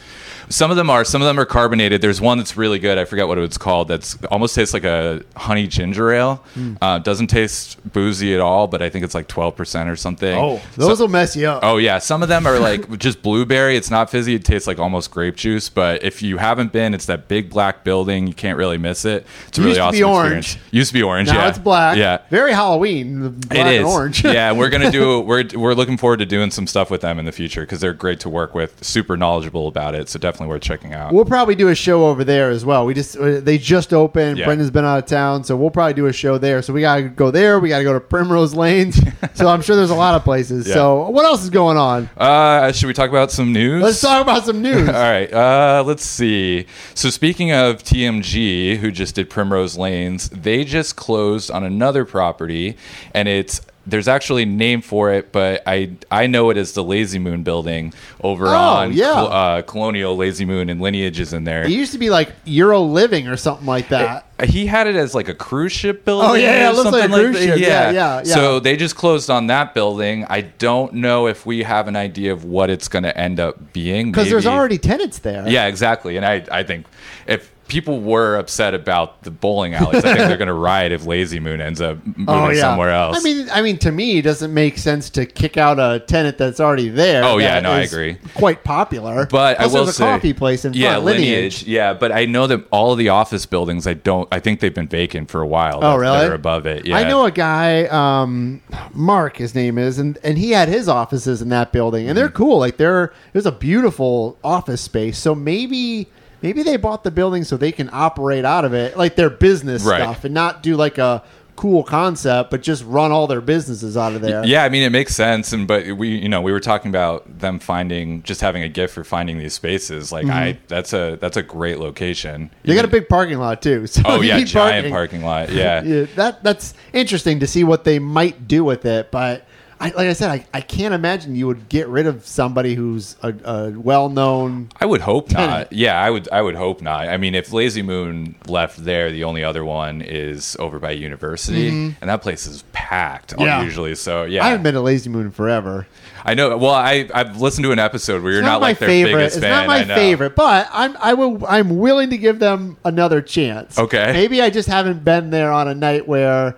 Speaker 2: Some of them are. Some of them are carbonated. There's one that's really good. I forget what it's called. That's almost tastes like a honey ginger ale.
Speaker 1: Hmm.
Speaker 2: Uh, doesn't taste boozy at all, but I think it's like 12% or something.
Speaker 1: Oh, those will mess you up.
Speaker 2: Oh yeah, some of them
Speaker 1: [LAUGHS]
Speaker 2: are like just blueberry. It's not fizzy. It tastes like almost grape juice. But if you haven't been, it's that big black building. You can't really miss it. It's a
Speaker 1: It
Speaker 2: really
Speaker 1: used to
Speaker 2: awesome
Speaker 1: be orange.
Speaker 2: experience. Used to be orange.
Speaker 1: now
Speaker 2: yeah,
Speaker 1: it's black.
Speaker 2: Yeah,
Speaker 1: very Halloween. the Black
Speaker 2: it is
Speaker 1: and orange. [LAUGHS]
Speaker 2: yeah, we're gonna do. We're we're looking forward to doing some stuff with them in the future because they're great to work with. Super knowledgeable about it. So definitely worth checking out.
Speaker 1: We'll probably do a show over there as well. We just uh, they just opened.
Speaker 2: Yeah.
Speaker 1: Brendan's been out of town, so we'll probably do a show there. So we gotta go there. We gotta go to Primrose Lane.
Speaker 2: [LAUGHS]
Speaker 1: so I'm sure there's a lot of places.
Speaker 2: Yeah.
Speaker 1: So what else is going on?
Speaker 2: Uh, should we talk about some news?
Speaker 1: Let's talk about
Speaker 2: [LAUGHS]
Speaker 1: some news.
Speaker 2: All right. Uh, let's see. So speaking of TMG, who just did Primrose Lanes, they just closed on another property, and it's there's actually a name for it, but I I know it as the Lazy Moon Building over
Speaker 1: Oh,
Speaker 2: on
Speaker 1: yeah.
Speaker 2: Col- uh, Colonial Lazy Moon and Lineages in there.
Speaker 1: It used to be like Euro Living or something like that.
Speaker 2: Uh, He had it as like a cruise ship building.
Speaker 1: Oh, yeah, yeah,
Speaker 2: or
Speaker 1: it looks like
Speaker 2: something
Speaker 1: a cruise
Speaker 2: that.
Speaker 1: ship. Yeah, yeah, yeah.
Speaker 2: So they just closed on that building. I don't know if we have an idea of what it's going to end up being.
Speaker 1: Because there's
Speaker 2: Maybe-
Speaker 1: already tenants there.
Speaker 2: yeah, exactly. And I, I think if people were upset about the bowling alleys, I think
Speaker 1: [LAUGHS]
Speaker 2: they're going to riot if Lazy Moon ends up moving somewhere else.
Speaker 1: Oh, I mean, I mean, to me, it doesn't make sense to kick out a tenant that's already there.
Speaker 2: Oh, yeah,
Speaker 1: that
Speaker 2: no, I
Speaker 1: is
Speaker 2: agree.
Speaker 1: Quite popular,
Speaker 2: but
Speaker 1: Plus,
Speaker 2: I will
Speaker 1: there's a
Speaker 2: say,
Speaker 1: coffee place in
Speaker 2: yeah,
Speaker 1: front, lineage.
Speaker 2: Yeah, but I know that all of the office buildings, I don't, I think they've been vacant for a while.
Speaker 1: Oh,
Speaker 2: that-
Speaker 1: really?
Speaker 2: That are above it. Yeah,
Speaker 1: I know a guy, um, Mark, his name is, and, and he had his offices in that building, and they're
Speaker 2: Mm-hmm.
Speaker 1: cool. Like they're there's a beautiful office space. So maybe maybe they bought the building so they can operate out of it, like their business
Speaker 2: Right.
Speaker 1: stuff, and not do like a cool concept, but just run all their businesses out of there.
Speaker 2: Yeah, I mean it makes sense, and but we, you know, we were talking about them finding just having a gift for finding these spaces. Like I, that's a that's a great location.
Speaker 1: Mm-hmm. They got a big parking lot too. [LAUGHS] So
Speaker 2: oh
Speaker 1: you
Speaker 2: yeah,
Speaker 1: need
Speaker 2: giant
Speaker 1: [LAUGHS]
Speaker 2: parking lot. [LAUGHS] Yeah,
Speaker 1: yeah, that that's interesting to see what they might do with it. But I, like I said, I, I can't imagine you would get rid of somebody who's a, a well-known.
Speaker 2: I would
Speaker 1: [LAUGHS]
Speaker 2: hope
Speaker 1: Tenant.
Speaker 2: not. Yeah, I would. I would hope not. I mean, if Lazy Moon left there, the only other one is over by University, and that place is packed
Speaker 1: Mm-hmm. Yeah.
Speaker 2: usually. So yeah,
Speaker 1: I haven't been to Lazy Moon in forever.
Speaker 2: I know. Well, I I've listened to an episode where you're
Speaker 1: It's
Speaker 2: not, like their
Speaker 1: favorite.
Speaker 2: biggest
Speaker 1: It's
Speaker 2: fan.
Speaker 1: not my
Speaker 2: I know.
Speaker 1: favorite, but I'm I will I'm willing to give them another chance.
Speaker 2: Okay.
Speaker 1: maybe I just haven't been there on a night where.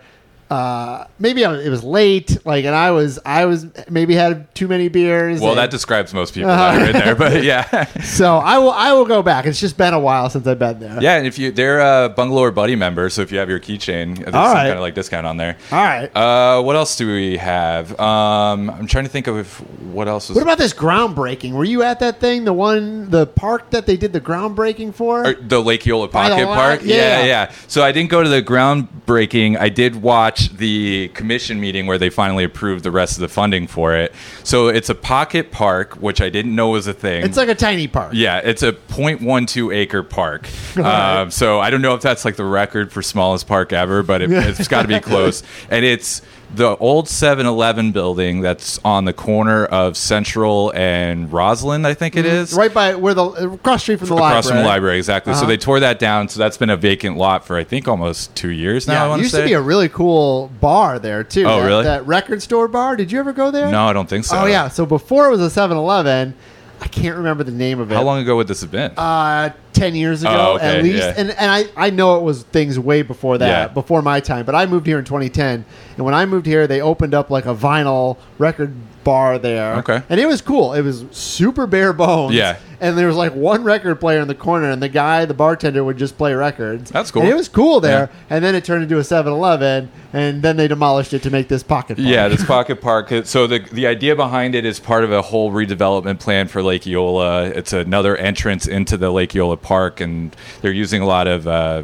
Speaker 1: Uh, maybe I, it was late, like, and I was, I was maybe had too many beers.
Speaker 2: Well,
Speaker 1: and-
Speaker 2: that describes most people that are
Speaker 1: [LAUGHS]
Speaker 2: in there, but yeah.
Speaker 1: So I will I will go back. It's just been a while since I've been there.
Speaker 2: [LAUGHS] Yeah, and if you they're a Bungalow or Buddy member, so if you have your keychain, there's
Speaker 1: All
Speaker 2: some
Speaker 1: right.
Speaker 2: kind of like discount on there.
Speaker 1: All right.
Speaker 2: Uh, what else do we have? Um, I'm trying to think of if, what else was.
Speaker 1: what about this groundbreaking? Were you at that thing? The one the park that they did the groundbreaking for?
Speaker 2: or the Lake Eola
Speaker 1: By the
Speaker 2: Pocket
Speaker 1: lot,
Speaker 2: Park?
Speaker 1: yeah.
Speaker 2: yeah, So I didn't go to the groundbreaking. I did watch the commission meeting where they finally approved the rest of the funding for it. So it's a pocket park, which I didn't know was a thing.
Speaker 1: it's like a tiny park.
Speaker 2: Yeah, it's a 0.12 acre park.
Speaker 1: [LAUGHS]
Speaker 2: Um, so I don't know if that's like the record for smallest park ever,
Speaker 1: [LAUGHS]
Speaker 2: but it, it's got to be close. And it's the old 7 Eleven building that's on the corner of Central and Roslyn, I think it is.
Speaker 1: Mm-hmm. Right by where the across street from the library. Uh-huh.
Speaker 2: Across from the library, exactly. So they tore that down. So that's been a vacant lot for I think almost two years now. I
Speaker 1: Yeah,
Speaker 2: want
Speaker 1: it used
Speaker 2: say.
Speaker 1: to be a really cool bar there too.
Speaker 2: Oh,
Speaker 1: that,
Speaker 2: really?
Speaker 1: That record store bar. Did you ever go there?
Speaker 2: no, I don't think so.
Speaker 1: Oh yeah. So before it was a 7-Eleven, I can't remember the name of it.
Speaker 2: How long ago would this have been?
Speaker 1: uh, 10 years ago
Speaker 2: Oh, okay,
Speaker 1: at least.
Speaker 2: yeah.
Speaker 1: And, and I, I know it was things way before that,
Speaker 2: Yeah.
Speaker 1: before my time, but I moved here in 2010. And when I moved here, they opened up like a vinyl record bar there.
Speaker 2: Okay.
Speaker 1: And it was cool. It was super bare bones.
Speaker 2: Yeah.
Speaker 1: And there was like one record player in the corner, and the guy, the bartender, would just play records.
Speaker 2: That's cool.
Speaker 1: And it was cool there. And then it turned into a 7 Eleven, and then they demolished it to make this pocket park.
Speaker 2: Yeah, this pocket park. So the the idea behind it is part of a whole redevelopment plan for Lake Eola. It's another entrance into the Lake Eola Park, and they're using a lot of. Uh,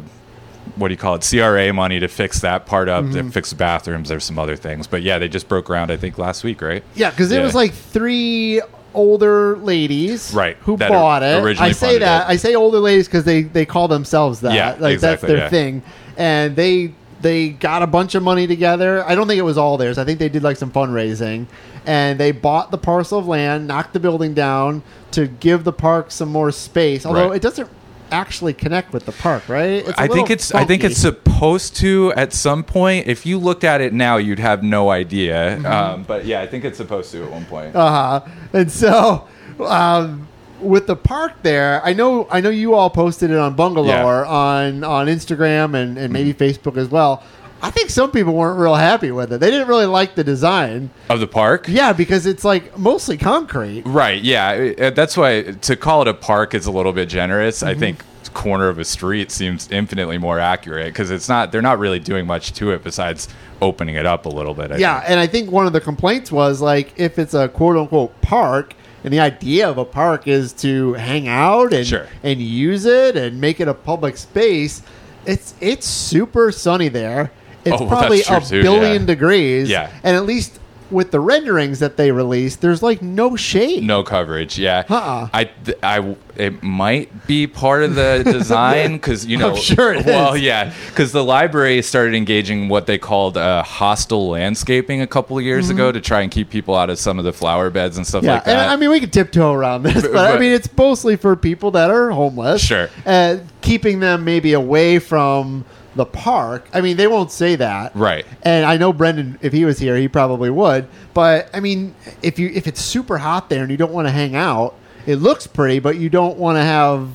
Speaker 2: what do you call it? CRA money to fix that part up,
Speaker 1: Mm-hmm.
Speaker 2: to fix the bathrooms. There's some other things, but yeah, they just broke ground. I think last week, right?
Speaker 1: Yeah, because it
Speaker 2: Yeah.
Speaker 1: was like three older ladies,
Speaker 2: Right,
Speaker 1: Who
Speaker 2: that
Speaker 1: bought
Speaker 2: or-
Speaker 1: it.
Speaker 2: originally
Speaker 1: I say
Speaker 2: funded
Speaker 1: that
Speaker 2: it.
Speaker 1: I say older ladies because they they call themselves that.
Speaker 2: Yeah,
Speaker 1: like
Speaker 2: exactly,
Speaker 1: that's their
Speaker 2: yeah.
Speaker 1: thing, and they they got a bunch of money together. I don't think it was all theirs. I think they did like some fundraising, and they bought the parcel of land, knocked the building down to give the park some more space. Although
Speaker 2: Right.
Speaker 1: it doesn't actually connect with the park, right? It's a
Speaker 2: I think
Speaker 1: little
Speaker 2: it's I think
Speaker 1: funky.
Speaker 2: it's supposed to at some point. If you looked at it now, you'd have no
Speaker 1: Mm-hmm. Uh,
Speaker 2: idea. Um, but yeah, I think it's supposed to at one point.
Speaker 1: Uh-huh. And so um, with the park there, I know I know you all posted it on Bungalow
Speaker 2: Yeah.
Speaker 1: or on on Instagram and, and maybe Facebook as well. I think some people weren't real happy with it. They didn't really like the design.
Speaker 2: of the park.
Speaker 1: Yeah, because it's like mostly concrete.
Speaker 2: Right. Yeah. Uh, That's why to call it a park is a little bit generous.
Speaker 1: Mm-hmm.
Speaker 2: I think corner of a street seems infinitely more accurate because it's not, they're not really doing much to it besides opening it up a little bit. I
Speaker 1: Yeah,
Speaker 2: think.
Speaker 1: and I think one of the complaints was like if it's a quote unquote park, and the idea of a park is to hang out and
Speaker 2: Sure.
Speaker 1: and use it and make it a public space. It's it's super sunny there. It's
Speaker 2: Oh, well,
Speaker 1: probably
Speaker 2: that's true
Speaker 1: a
Speaker 2: too,
Speaker 1: billion
Speaker 2: yeah.
Speaker 1: degrees.
Speaker 2: Yeah.
Speaker 1: and at least with the renderings that they released, there's like no shade.
Speaker 2: No coverage. Yeah.
Speaker 1: Uh-uh.
Speaker 2: I, th- I, it might be part
Speaker 1: [LAUGHS]
Speaker 2: of the design because, you
Speaker 1: I'm
Speaker 2: know,
Speaker 1: sure it
Speaker 2: well,
Speaker 1: is.
Speaker 2: yeah, because the library started engaging what they called uh, hostile landscaping a couple of years ago to try and keep people out of some of the flower beds and stuff
Speaker 1: Mm-hmm. Yeah,
Speaker 2: like that.
Speaker 1: and I mean we could tiptoe around this,
Speaker 2: [LAUGHS]
Speaker 1: but, I
Speaker 2: but-
Speaker 1: mean it's mostly for people that are homeless.
Speaker 2: Sure.
Speaker 1: uh, keeping them maybe away from the park. I mean they won't say that,
Speaker 2: Right.
Speaker 1: And I know Brendan, if he was here, he probably would. But I mean, if you if it's super hot there and you don't want to hang out, it looks pretty, but you don't want to have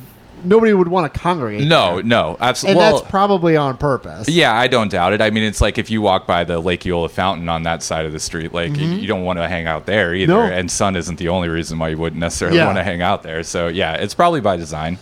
Speaker 1: nobody would want to congregate.
Speaker 2: no, no, absolutely.
Speaker 1: and that's probably on purpose.
Speaker 2: Yeah, I don't doubt it. I mean, it's like if you walk by the Lake Eola fountain on that side of the street, like you- you don't want to hang out there either.
Speaker 1: Mm-hmm. No.
Speaker 2: And sun isn't the only reason why you wouldn't necessarily
Speaker 1: Yeah.
Speaker 2: want to hang out there. So yeah, it's probably by design.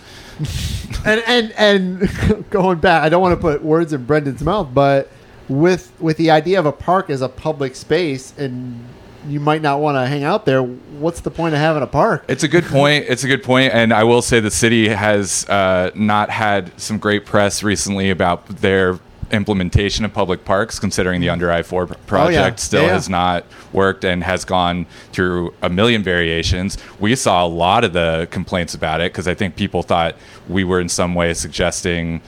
Speaker 1: and and and [LAUGHS] going back, I don't want to put words in Brendan's mouth, but with with the idea of a park as a public space, and you might not want to hang out there. What's the point of having a park?
Speaker 2: It's a good point. It's a good point, and I will say the city has uh, not had some great press recently about their implementation of public parks. Considering the Under I four project still
Speaker 1: Oh, Yeah, yeah.
Speaker 2: has not worked and has gone through a million variations, we saw a lot of the complaints about it because I think people thought we were in some way suggesting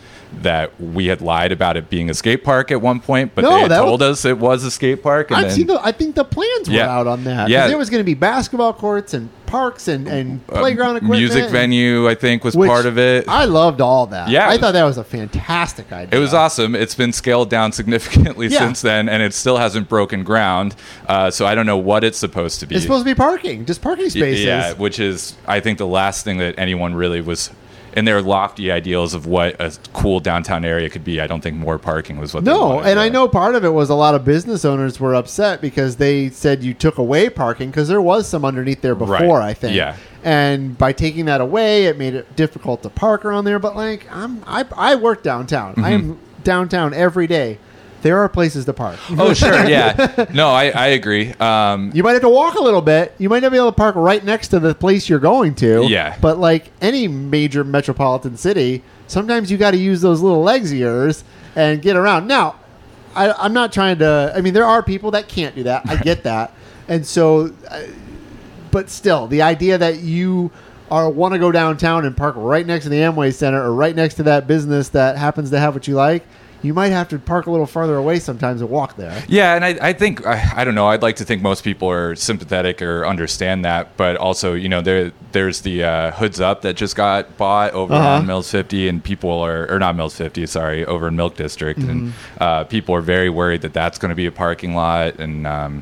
Speaker 2: that we had lied about it being a skate park at one point, but
Speaker 1: No,
Speaker 2: they had
Speaker 1: that
Speaker 2: told us it was a skate park. And
Speaker 1: I've
Speaker 2: then-
Speaker 1: seen the, I think the plans were
Speaker 2: Yeah.
Speaker 1: out on that. 'Cause
Speaker 2: Yeah.
Speaker 1: there was going to be basketball courts and parks and, and
Speaker 2: uh,
Speaker 1: playground equipment.
Speaker 2: music
Speaker 1: and-
Speaker 2: venue, I think, was
Speaker 1: which
Speaker 2: part of it.
Speaker 1: I loved all that.
Speaker 2: Yeah, it
Speaker 1: I
Speaker 2: was-
Speaker 1: thought that was a fantastic idea.
Speaker 2: It was awesome. It's been scaled down significantly
Speaker 1: Yeah.
Speaker 2: since then, and it still hasn't broken ground. Uh, so I don't know what it's supposed to be.
Speaker 1: It's supposed to be parking, just parking spaces.
Speaker 2: Yeah, which is I think the last thing that anyone really was in their lofty ideals of what a cool downtown area could be. I don't think more parking was what. they
Speaker 1: No,
Speaker 2: wanted,
Speaker 1: and I
Speaker 2: yeah.
Speaker 1: know part of it was a lot of business owners were upset because they said you took away parking because there was some underneath there before,
Speaker 2: Right.
Speaker 1: I think.
Speaker 2: Yeah.
Speaker 1: And by taking that away, it made it difficult to park around there. But like, I'm I, I work downtown.
Speaker 2: Mm-hmm.
Speaker 1: I am downtown every day. There are places to park.
Speaker 2: [LAUGHS] Oh sure,
Speaker 1: [LAUGHS]
Speaker 2: yeah. No, I, I agree. Um,
Speaker 1: You might have to walk a little bit. You might not be able to park right next to the place you're going to.
Speaker 2: Yeah.
Speaker 1: But like any major metropolitan city, sometimes you got to use those little legs of yours and get around. Now, I, I'm not trying to. I mean, there are people that can't do that. I get that. And so, uh, but still, the idea that you are want to go downtown and park right next to the Amway Center or right next to that business that happens to have what you like, you might have to park a little farther away sometimes and walk there.
Speaker 2: Yeah, and I, I think I, I don't know. I'd like to think most people are sympathetic or understand that, but also you know there there's the uh, hoods up that just got bought over
Speaker 1: Uh-huh.
Speaker 2: on Mills Fifty, and people are or not Mills Fifty, sorry, over in Milk District, and
Speaker 1: Mm-hmm.
Speaker 2: uh, people are very worried that that's going to be a parking lot, and um,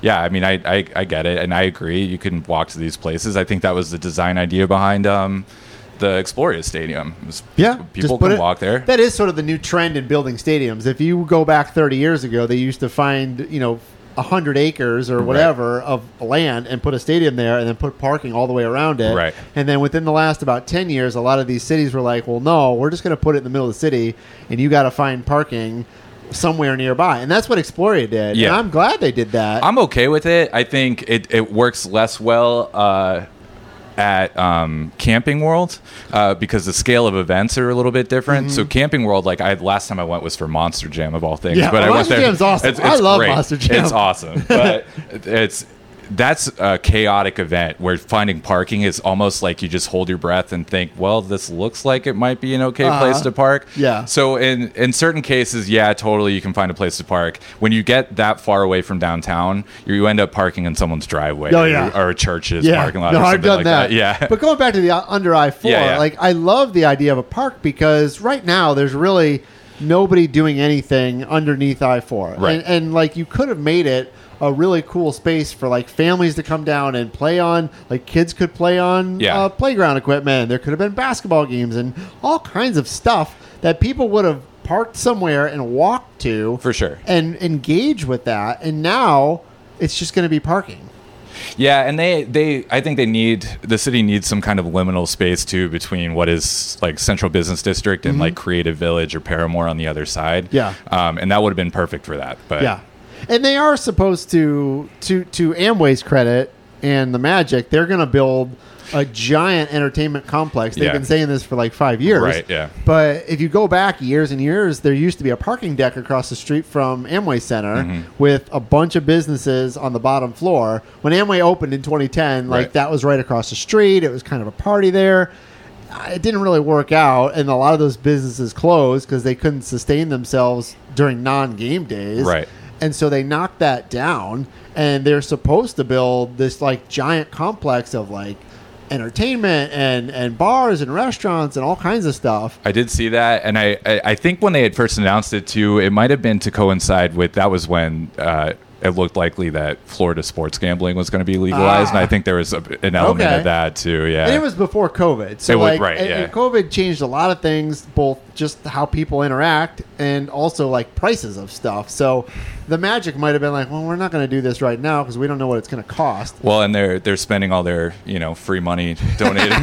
Speaker 2: yeah, I mean I, I I get it, and I agree. You can walk to these places. I think that was the design idea behind. Um, the Exploria Stadium. It was-
Speaker 1: Yeah,
Speaker 2: people
Speaker 1: just put
Speaker 2: can
Speaker 1: it-
Speaker 2: walk there.
Speaker 1: That is sort of the new trend in building stadiums. If you go back 30 years ago, they used to find you know 100 acres or whatever of land and put a stadium there, and then put parking all the way around it.
Speaker 2: Right.
Speaker 1: And then within the last about 10 years, a lot of these cities were like, "Well, no, we're just going to put it in the middle of the city, and you got to find parking." Somewhere nearby, and that's what Exploria did.
Speaker 2: Yeah.
Speaker 1: and I'm glad they did that.
Speaker 2: I'm okay with it. I think it, it works less well uh, at um, Camping World uh, because the scale of events are a little bit different.
Speaker 1: Mm-hmm.
Speaker 2: So Camping World, like I last time I went was for Monster Jam of all things,
Speaker 1: Yeah,
Speaker 2: but I went
Speaker 1: Monster
Speaker 2: there.
Speaker 1: Jam's awesome. I love Monster Jam.
Speaker 2: It's awesome, but it's. That's a chaotic event where finding parking is almost like you just hold your breath and think, well, this looks like it might be an okay place to park.
Speaker 1: Uh-huh. Yeah.
Speaker 2: So in in certain cases, yeah, totally, you can find a place to park. When you get that far away from downtown, you, you end up parking in someone's driveway
Speaker 1: Oh, yeah.
Speaker 2: or, or a church's parking lot.
Speaker 1: No,
Speaker 2: or something
Speaker 1: I've done
Speaker 2: like
Speaker 1: that.
Speaker 2: that. Yeah.
Speaker 1: But going back to the uh, under I four,
Speaker 2: Yeah, yeah.
Speaker 1: like I love the idea of a park because right now there's really nobody doing anything underneath I four.
Speaker 2: Right.
Speaker 1: And, and like you could have made it a really cool space for like families to come down and play on. Like kids could play on
Speaker 2: Yeah.
Speaker 1: uh, playground equipment. There could have been basketball games and all kinds of stuff that people would have parked somewhere and walked to
Speaker 2: For sure.
Speaker 1: and engage with that. And now it's just going to be parking.
Speaker 2: Yeah, and they they I think they need the city needs some kind of liminal space too between what is like central business district and like creative village or Paramore on the other side.
Speaker 1: Mm-hmm. Yeah.
Speaker 2: um, and that would have been perfect for that. But
Speaker 1: Yeah, and they are supposed to to to Amway's credit and the Magic, they're going to build a giant entertainment complex. They've
Speaker 2: Yeah.
Speaker 1: been saying this for like five years,
Speaker 2: Right, yeah.
Speaker 1: But if you go back years and years, there used to be a parking deck across the street from Amway Center
Speaker 2: Mm-hmm.
Speaker 1: with a bunch of businesses on the bottom floor. When Amway opened in 2010, like
Speaker 2: Right.
Speaker 1: that was right across the street. It was kind of a party there. Uh, It didn't really work out, and a lot of those businesses closed because they couldn't sustain themselves during non-game days is.
Speaker 2: Right.
Speaker 1: And so they knocked that down, and they're supposed to build this like giant complex of like entertainment and and bars and restaurants and all kinds of stuff.
Speaker 2: I did see that, and I, I I think when they had first announced it too, it might have been to coincide with that was when. Uh, it looked likely that Florida sports gambling was going to be legalized, and I think there was a, an element
Speaker 1: Ah. Okay.
Speaker 2: of that too. Yeah,
Speaker 1: And it was before COVID, so
Speaker 2: It
Speaker 1: like
Speaker 2: was- right,
Speaker 1: and-
Speaker 2: yeah.
Speaker 1: and COVID changed a lot of things, both just how people interact and also like prices of stuff. So the magic might have been like, well, we're not going to do this right now because we don't know what it's going to
Speaker 2: [LAUGHS]
Speaker 1: cost.
Speaker 2: Well, and they're they're spending all their you know free money donating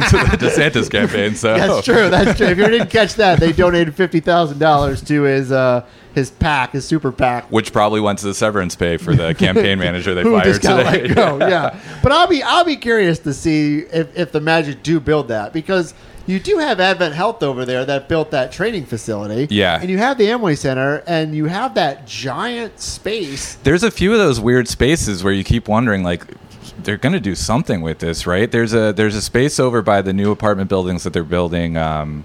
Speaker 1: [LAUGHS]
Speaker 2: to the DeSantis campaign. So
Speaker 1: That's true. That's true. If you didn't catch that, they donated fifty thousand dollars to his uh, his pack, his super pack,
Speaker 2: Which probably went to the severance pay
Speaker 1: [LAUGHS]
Speaker 2: for the campaign manager they fired today.
Speaker 1: let go. yeah, [LAUGHS] but I'll be I'll be curious to see if, if the Magic do build that because you do have Advent Health over there that built that training facility.
Speaker 2: Yeah.
Speaker 1: and you have the Amway Center, and you have that giant space.
Speaker 2: There's a few of those weird spaces where you keep wondering like they're going to do something with this, right? There's a there's a space over by the new apartment buildings that they're building um,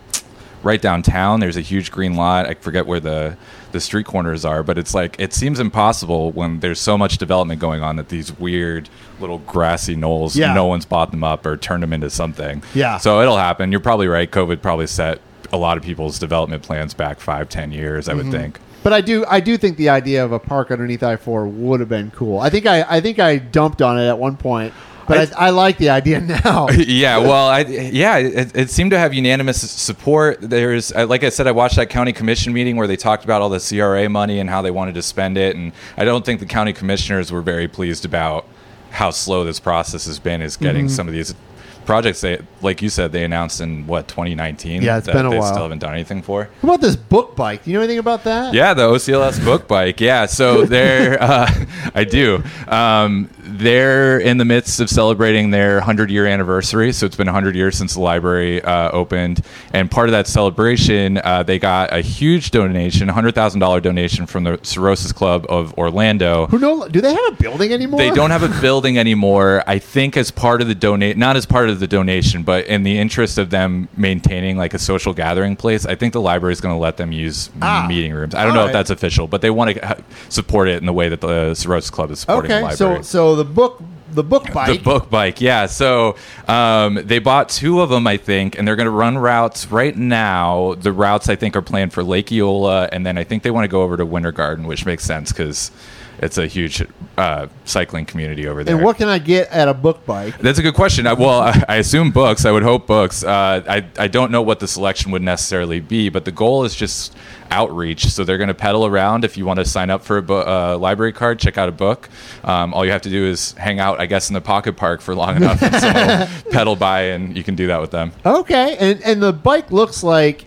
Speaker 2: right downtown. There's a huge green lot. I forget where the the street corners are, but it's like it seems impossible when there's so much development going on that these weird little grassy knolls,
Speaker 1: Yeah.
Speaker 2: no one's bought them up or turned them into something.
Speaker 1: Yeah.
Speaker 2: So it'll happen. You're probably right. COVID probably set a lot of people's development plans back five, ten years. I
Speaker 1: Mm-hmm.
Speaker 2: would think.
Speaker 1: But I do I do think the idea of a park underneath I four would have been cool. I think I I think I dumped on it at one point, but I, I like the idea [LAUGHS]
Speaker 2: [LAUGHS]
Speaker 1: now.
Speaker 2: yeah well I, yeah it, it seemed to have unanimous support there's uh, like i said i watched that county commission meeting where they talked about all the cra money and how they wanted to spend it and i don't think the county commissioners were very pleased about how slow this process has been is getting
Speaker 1: Mm-hmm.
Speaker 2: some of these projects they like you said they announced in what 2019
Speaker 1: Yeah, it's
Speaker 2: that
Speaker 1: been a
Speaker 2: they
Speaker 1: while.
Speaker 2: still haven't done anything for
Speaker 1: What about this book bike? Do you know anything about that?
Speaker 2: yeah, the OCLS book bike. Yeah, so they're [LAUGHS] uh, I do. Um, they're in the midst of celebrating their 100 year anniversary. So it's been 100 years since the library uh, opened, and part of that celebration, uh, they got a huge donation, hundred thousand dollar donation from the Cirrhosis Club of Orlando.
Speaker 1: Who know? Do they have a building anymore?
Speaker 2: They don't have a building anymore. I think as part of the donate, not as part of the donation, but in the interest of them maintaining like a social gathering place, I think the library is going to let them use
Speaker 1: Ah.
Speaker 2: meeting rooms. I don't
Speaker 1: All
Speaker 2: know
Speaker 1: right.
Speaker 2: if that's official, but they want to ha- support it in the way that the Cirrhosis Club is supporting the
Speaker 1: Okay, so
Speaker 2: library.
Speaker 1: so the book the book bike
Speaker 2: The book bike, yeah. So um, they bought two of them, I think, and they're going to run routes right now. The routes I think are planned for Lake Eola, and then I think they want to go over to Winter Garden, which makes sense because it's a huge uh, cycling community over there.
Speaker 1: And what can I get at a book bike?
Speaker 2: That's a good question. I, well, I, I assume books. I would hope books. Uh, I I don't know what the selection would necessarily be, but the goal is just outreach. So they're going to pedal around. If you want to sign up for a bo- uh, library card, check out a book. Um, all you have to do is hang out, I guess, in the pocket park for long enough, and someone will pedal by, and you can do that with them.
Speaker 1: Okay, and and the bike looks like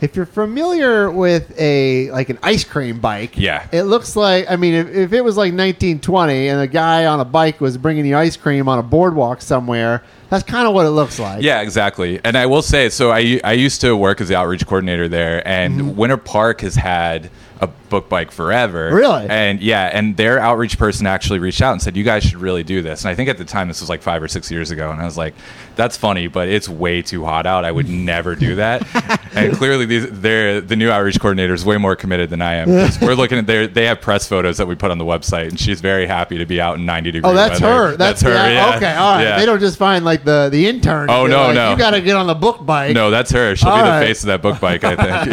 Speaker 1: if you're familiar with a like an ice cream bike,
Speaker 2: Yeah.
Speaker 1: it looks like. I mean, if, if it was like 1920 and a guy on a bike was bringing you ice cream on a boardwalk somewhere, that's kind of what it looks like.
Speaker 2: Yeah, exactly. And I
Speaker 1: Mm-hmm.
Speaker 2: will say, so I I used to work as the outreach coordinator there, and Winter Park has had a book bike forever.
Speaker 1: Really?
Speaker 2: And yeah, and their outreach person actually reached out and said, "You guys should really do this." And I think at the time this was like five or six years ago, and I was like, "That's funny, but it's way too hot out. I would never do
Speaker 1: [LAUGHS]
Speaker 2: that." and clearly, these they're the new outreach coordinator is way more committed than I am. 'Cause
Speaker 1: [LAUGHS]
Speaker 2: We're looking at their they have press photos that we put on the website, and she's very happy to be out in ninety degrees.
Speaker 1: Oh, that's her. That's, her. Okay, all right. They don't just find like the the intern.
Speaker 2: Oh,
Speaker 1: They're
Speaker 2: no,
Speaker 1: like,
Speaker 2: no.
Speaker 1: You got to get on the book bike.
Speaker 2: No, that's her. She'll
Speaker 1: All
Speaker 2: be the
Speaker 1: right.
Speaker 2: face of that book bike. I think.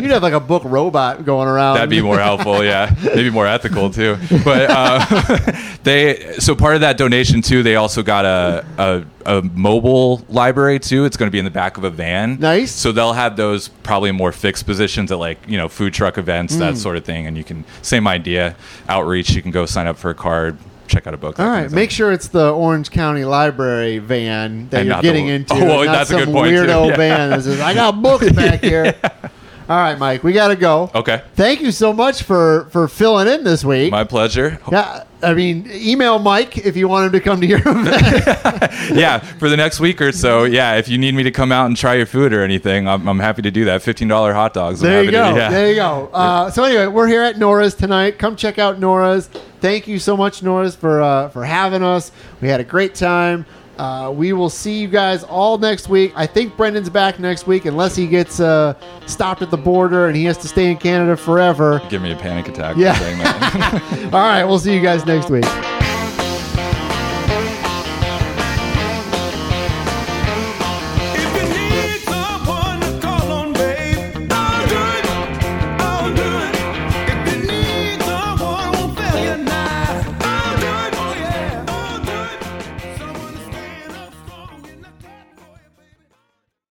Speaker 1: [LAUGHS] you'd have like a book robot going around.
Speaker 2: That'd be more helpful, yeah. Maybe more ethical too. But uh, [LAUGHS] they so part of that donation too. They also got a a, a mobile library too. It's going to be in the back of a van.
Speaker 1: Nice.
Speaker 2: So they'll have those probably in more fixed positions at like you know food truck events
Speaker 1: Mm.
Speaker 2: that sort of thing. And you can same idea outreach. You can go sign up for a card, check out a book. that
Speaker 1: All
Speaker 2: kind
Speaker 1: right,
Speaker 2: of thing.
Speaker 1: make sure it's the Orange County Library van that
Speaker 2: And
Speaker 1: you're
Speaker 2: not the-
Speaker 1: getting into.
Speaker 2: [LAUGHS] Oh, well,
Speaker 1: not
Speaker 2: that's a
Speaker 1: some
Speaker 2: good point, too. [LAUGHS]
Speaker 1: weirdo
Speaker 2: Yeah.
Speaker 1: van that says, "I got
Speaker 2: [LAUGHS]
Speaker 1: books back here." All right, Mike, we got to go.
Speaker 2: Okay.
Speaker 1: Thank you so much for for filling in this week.
Speaker 2: My pleasure.
Speaker 1: yeah, I mean, email Mike if you want him to come to your [LAUGHS] event.
Speaker 2: yeah, for the next week or so. Yeah, if you need me to come out and try your food or anything, I'm, I'm happy to do that. Fifteen dollar hot dogs. I'm
Speaker 1: There you
Speaker 2: happy to-
Speaker 1: go.
Speaker 2: yeah.
Speaker 1: There you go. Uh, so anyway, we're here at Nora's tonight. Come check out Nora's. Thank you so much, Nora's, for uh, for having us. We had a great time. Uh, we will see you guys all next week. I think Brendan's back next week, unless he gets uh, stopped at the border and he has to stay in Canada forever.
Speaker 2: Give me a panic attack.
Speaker 1: Yeah. [LAUGHS]
Speaker 2: Yeah. Saying that.
Speaker 1: All right, we'll see you guys next week.